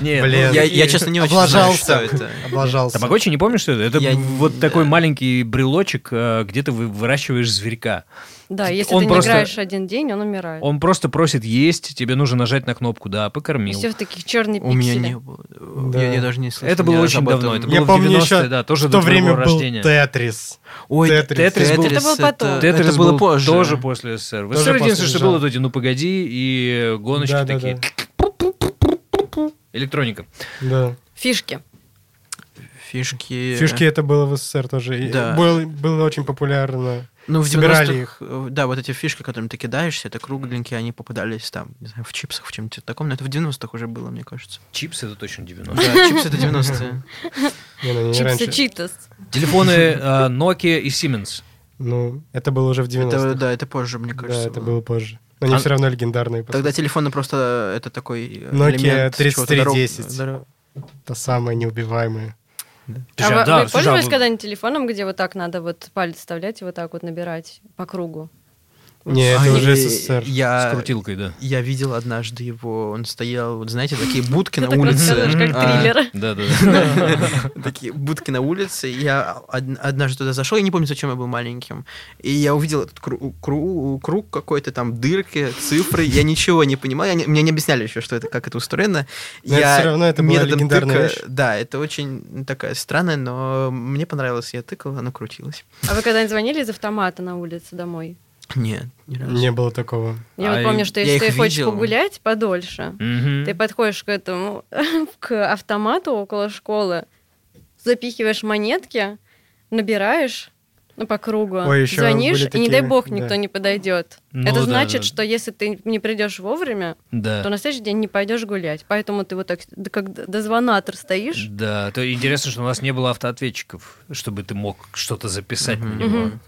Speaker 4: Я, я, честно, не очень знаю,
Speaker 3: Облажался.
Speaker 4: что это.
Speaker 3: Облажался.
Speaker 2: Тамагочи, не помнишь, что это? Это
Speaker 4: Я-
Speaker 2: вот такой маленький брелочек, э, где ты вы- выращиваешь зверька.
Speaker 1: Да, если
Speaker 2: Он
Speaker 1: ты не
Speaker 2: просто-
Speaker 1: играешь один день, он умирает.
Speaker 2: Он просто просит есть, тебе нужно нажать на кнопку, да,
Speaker 1: И
Speaker 2: покормил.
Speaker 1: все в таких черных
Speaker 4: У меня
Speaker 1: пикселях.
Speaker 4: не было.
Speaker 3: Да.
Speaker 4: Я, я даже не слышал.
Speaker 2: Это
Speaker 4: ни
Speaker 2: было
Speaker 4: разу
Speaker 2: очень
Speaker 4: об этом.
Speaker 2: давно, это
Speaker 3: Я
Speaker 2: было в
Speaker 3: помню
Speaker 2: 90-е,
Speaker 3: еще,
Speaker 2: да, тоже
Speaker 3: в
Speaker 2: до
Speaker 3: то
Speaker 2: твоего
Speaker 3: время был
Speaker 2: рождения.
Speaker 3: Тетрис.
Speaker 4: Ой,
Speaker 3: Тетрис.
Speaker 2: Тетрис был-
Speaker 1: Это был потом.
Speaker 2: Тетрис
Speaker 4: это было
Speaker 2: был
Speaker 4: позже.
Speaker 2: Тоже после СССР. В
Speaker 3: Тоже
Speaker 2: СССР единственное,
Speaker 3: после
Speaker 2: что
Speaker 3: «Жара».
Speaker 2: было, вот эти «Ну, погоди» и гоночки
Speaker 3: Да, да,
Speaker 2: такие. Электроника.
Speaker 3: Да.
Speaker 1: Фишки.
Speaker 4: Фишки.
Speaker 3: Фишки это было в СССР тоже. И
Speaker 4: Да.
Speaker 3: Было, было очень популярно.
Speaker 4: Ну, в
Speaker 3: Собирали
Speaker 4: 90-х, э, да, вот эти фишки, которыми ты кидаешься, это кругленькие, они попадались там, не знаю, в чипсах, в чем-то таком, но это в 90-х уже было, мне кажется.
Speaker 2: Чипсы — это точно 90
Speaker 4: Да, чипсы это 90-е.
Speaker 3: Не, ну, не
Speaker 1: Чипсы
Speaker 3: раньше.
Speaker 1: Читас.
Speaker 2: Телефоны э, Nokia и Siemens.
Speaker 1: А
Speaker 3: Ну, это было уже в 90-х.
Speaker 4: Это, да, это позже, мне
Speaker 3: Да,
Speaker 4: кажется.
Speaker 3: это
Speaker 4: было.
Speaker 3: было позже. Но они
Speaker 2: А-
Speaker 3: все равно легендарные. по
Speaker 4: Тогда
Speaker 3: сути.
Speaker 4: телефоны просто э, это такой э,
Speaker 3: Nokia
Speaker 4: элемент чего-то
Speaker 3: 3310.
Speaker 4: дорог- дорог-
Speaker 3: Та самая неубиваемая.
Speaker 2: Слушай,
Speaker 1: а вы,
Speaker 2: да,
Speaker 1: вы
Speaker 2: слушай, а
Speaker 1: пользовались
Speaker 2: вы-
Speaker 1: когда-нибудь телефоном, где вот так надо вот палец вставлять и вот так вот набирать по кругу?
Speaker 3: Не, это
Speaker 4: А,
Speaker 3: уже
Speaker 4: и-
Speaker 3: СССР.
Speaker 2: С
Speaker 4: Я,
Speaker 2: а, крутилкой, да.
Speaker 4: я видел однажды его, он стоял, вот знаете, такие будки
Speaker 1: Ты
Speaker 4: на
Speaker 1: так
Speaker 4: улице.
Speaker 1: рассказываешь, как
Speaker 4: А,
Speaker 1: триллер.
Speaker 2: Да, да, да.
Speaker 4: такие будки на улице. и Я од- однажды туда зашел, я не помню, зачем я был маленьким. И я увидел этот кру- кру- круг какой-то там, дырки, цифры. Я ничего не понимал. я не- мне не объясняли еще, что это, как это устроено.
Speaker 3: Но это всё равно это была
Speaker 4: методом
Speaker 3: легендарная
Speaker 4: тыка-
Speaker 3: вещь.
Speaker 4: Да, это очень такая странная, но мне понравилось. Я тыкал, оно крутилось.
Speaker 1: А вы когда-нибудь звонили из автомата на улице домой?
Speaker 4: Нет, ни разу.
Speaker 3: Не было такого.
Speaker 1: Я
Speaker 2: А,
Speaker 1: вот помню, что
Speaker 4: я
Speaker 1: если ты
Speaker 4: их
Speaker 1: хочешь
Speaker 4: видел.
Speaker 1: погулять подольше,
Speaker 2: Мгм.
Speaker 1: ты подходишь к этому, к автомату около школы, запихиваешь монетки, набираешь, ну, по кругу,
Speaker 3: Ой, ещё
Speaker 1: звонишь,
Speaker 3: были
Speaker 1: и не дай
Speaker 3: такие,
Speaker 1: бог
Speaker 3: да.
Speaker 1: никто не подойдет.
Speaker 2: Ну
Speaker 1: Это
Speaker 2: да,
Speaker 1: значит,
Speaker 2: да.
Speaker 1: что если ты не придешь вовремя, то
Speaker 2: Да.
Speaker 1: на следующий день не пойдешь гулять. Поэтому ты вот так д- как д- дозвонатор стоишь.
Speaker 2: Да, то интересно, что у нас не было автоответчиков, чтобы ты мог что-то записать на
Speaker 4: Мгм.
Speaker 2: него.
Speaker 1: Мгм.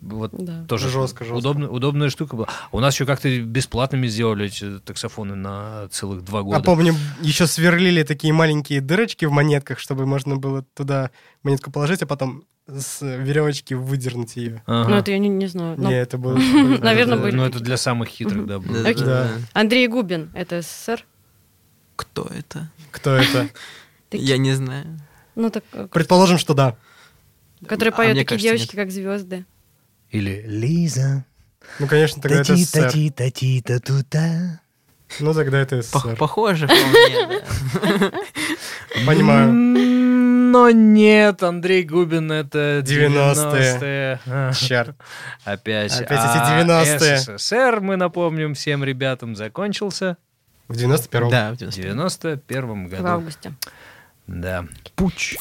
Speaker 2: Вот
Speaker 1: Да.
Speaker 2: тоже
Speaker 3: Жёстко, жёстко.
Speaker 2: Удобная, удобная штука была. У нас еще как-то бесплатными сделали эти таксофоны на целых два года.
Speaker 3: А помню, еще сверлили такие маленькие дырочки в монетках, чтобы можно было туда монетку положить, а потом с веревочки выдернуть ее.
Speaker 2: Ага.
Speaker 1: Ну, это я не, не знаю. Но
Speaker 3: Не, это было...
Speaker 1: Наверное,
Speaker 2: Да,
Speaker 1: были
Speaker 2: Ну, это
Speaker 1: такие.
Speaker 2: для самых хитрых, да, было.
Speaker 4: Да-да-да.
Speaker 3: Да.
Speaker 1: Андрей Губин, это СССР.
Speaker 4: Кто это?
Speaker 3: Кто это?
Speaker 1: Таки-
Speaker 4: Я не знаю.
Speaker 1: Ну, так, э,
Speaker 3: Предположим, что да.
Speaker 1: который
Speaker 4: А
Speaker 1: поет
Speaker 4: мне
Speaker 1: такие
Speaker 4: кажется,
Speaker 1: девочки, как звезды.
Speaker 2: Или Лиза.
Speaker 3: Ну, конечно, тогда это СССР.
Speaker 2: тати-та-тута.
Speaker 3: Ну, тогда это
Speaker 4: Пох-
Speaker 3: СССР.
Speaker 4: Похоже по мне, да.
Speaker 3: Понимаю.
Speaker 2: Но нет, Андрей Губин это 90-е.
Speaker 3: 90-е.
Speaker 2: А,
Speaker 3: Черт.
Speaker 2: Опять.
Speaker 3: Опять эти
Speaker 2: А
Speaker 3: 90-е.
Speaker 2: СССР, мы напомним всем ребятам, закончился
Speaker 3: В 91-м.
Speaker 4: Да, в
Speaker 2: в
Speaker 4: 91-м.
Speaker 2: 91
Speaker 1: В
Speaker 2: году.
Speaker 1: августе.
Speaker 2: Да.
Speaker 4: Пуч.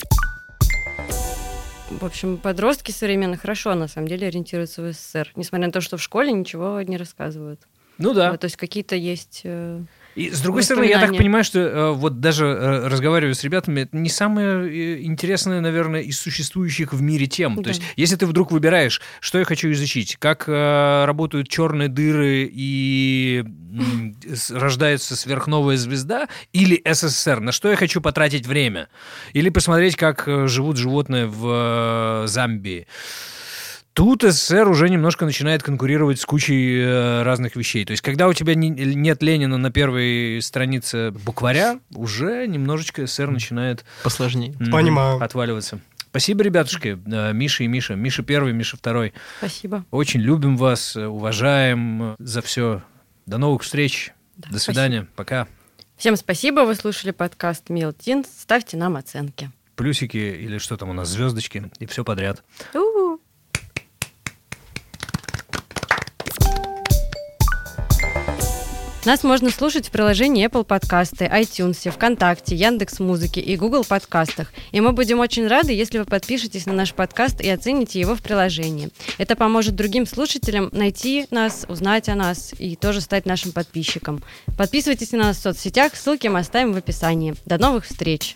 Speaker 1: В общем, подростки современно хорошо, на самом деле, ориентируются в СССР. Несмотря на то, что в школе ничего не рассказывают.
Speaker 2: Ну да.
Speaker 1: Вот, то есть какие-то есть... э,
Speaker 2: И с другой стороны, я так
Speaker 1: Воспоминания.
Speaker 2: понимаю, что э, вот даже э, разговариваю с ребятами, это не самое э, интересное, наверное, из существующих в мире тем. То
Speaker 1: Да.
Speaker 2: есть, если ты вдруг выбираешь, что я хочу изучить, как э, работают черные дыры и м, с- рождается сверхновая звезда, или СССР, на что я хочу потратить время, или посмотреть, как э, живут животные в э, Замбии. Тут СССР уже немножко начинает конкурировать с кучей э, разных вещей. То есть, когда у тебя не- нет Ленина на первой странице букваря, уже немножечко СССР начинает
Speaker 4: Посложнее.
Speaker 2: м,
Speaker 3: Понимаю.
Speaker 2: отваливаться. Спасибо, ребятушки, э, Миша и Миша. Миша первый, Миша второй.
Speaker 1: Спасибо.
Speaker 2: Очень любим вас, э, уважаем э, за все. До новых встреч.
Speaker 1: Да,
Speaker 2: До свидания. Пока.
Speaker 1: спасибо. Всем спасибо. Вы слушали подкаст Мил Тинс. Ставьте нам оценки.
Speaker 2: Плюсики или что там у нас, звездочки и все подряд.
Speaker 1: У-у. Нас можно слушать в приложении Apple Подкасты, iTunes, ВКонтакте, Яндекс Музыки и Google Подкастах. И мы будем очень рады, если вы подпишетесь на наш подкаст и оцените его в приложении. Это поможет другим слушателям найти нас, узнать о нас и тоже стать нашим подписчиком. Подписывайтесь на нас в соцсетях, ссылки мы оставим в описании. До новых встреч!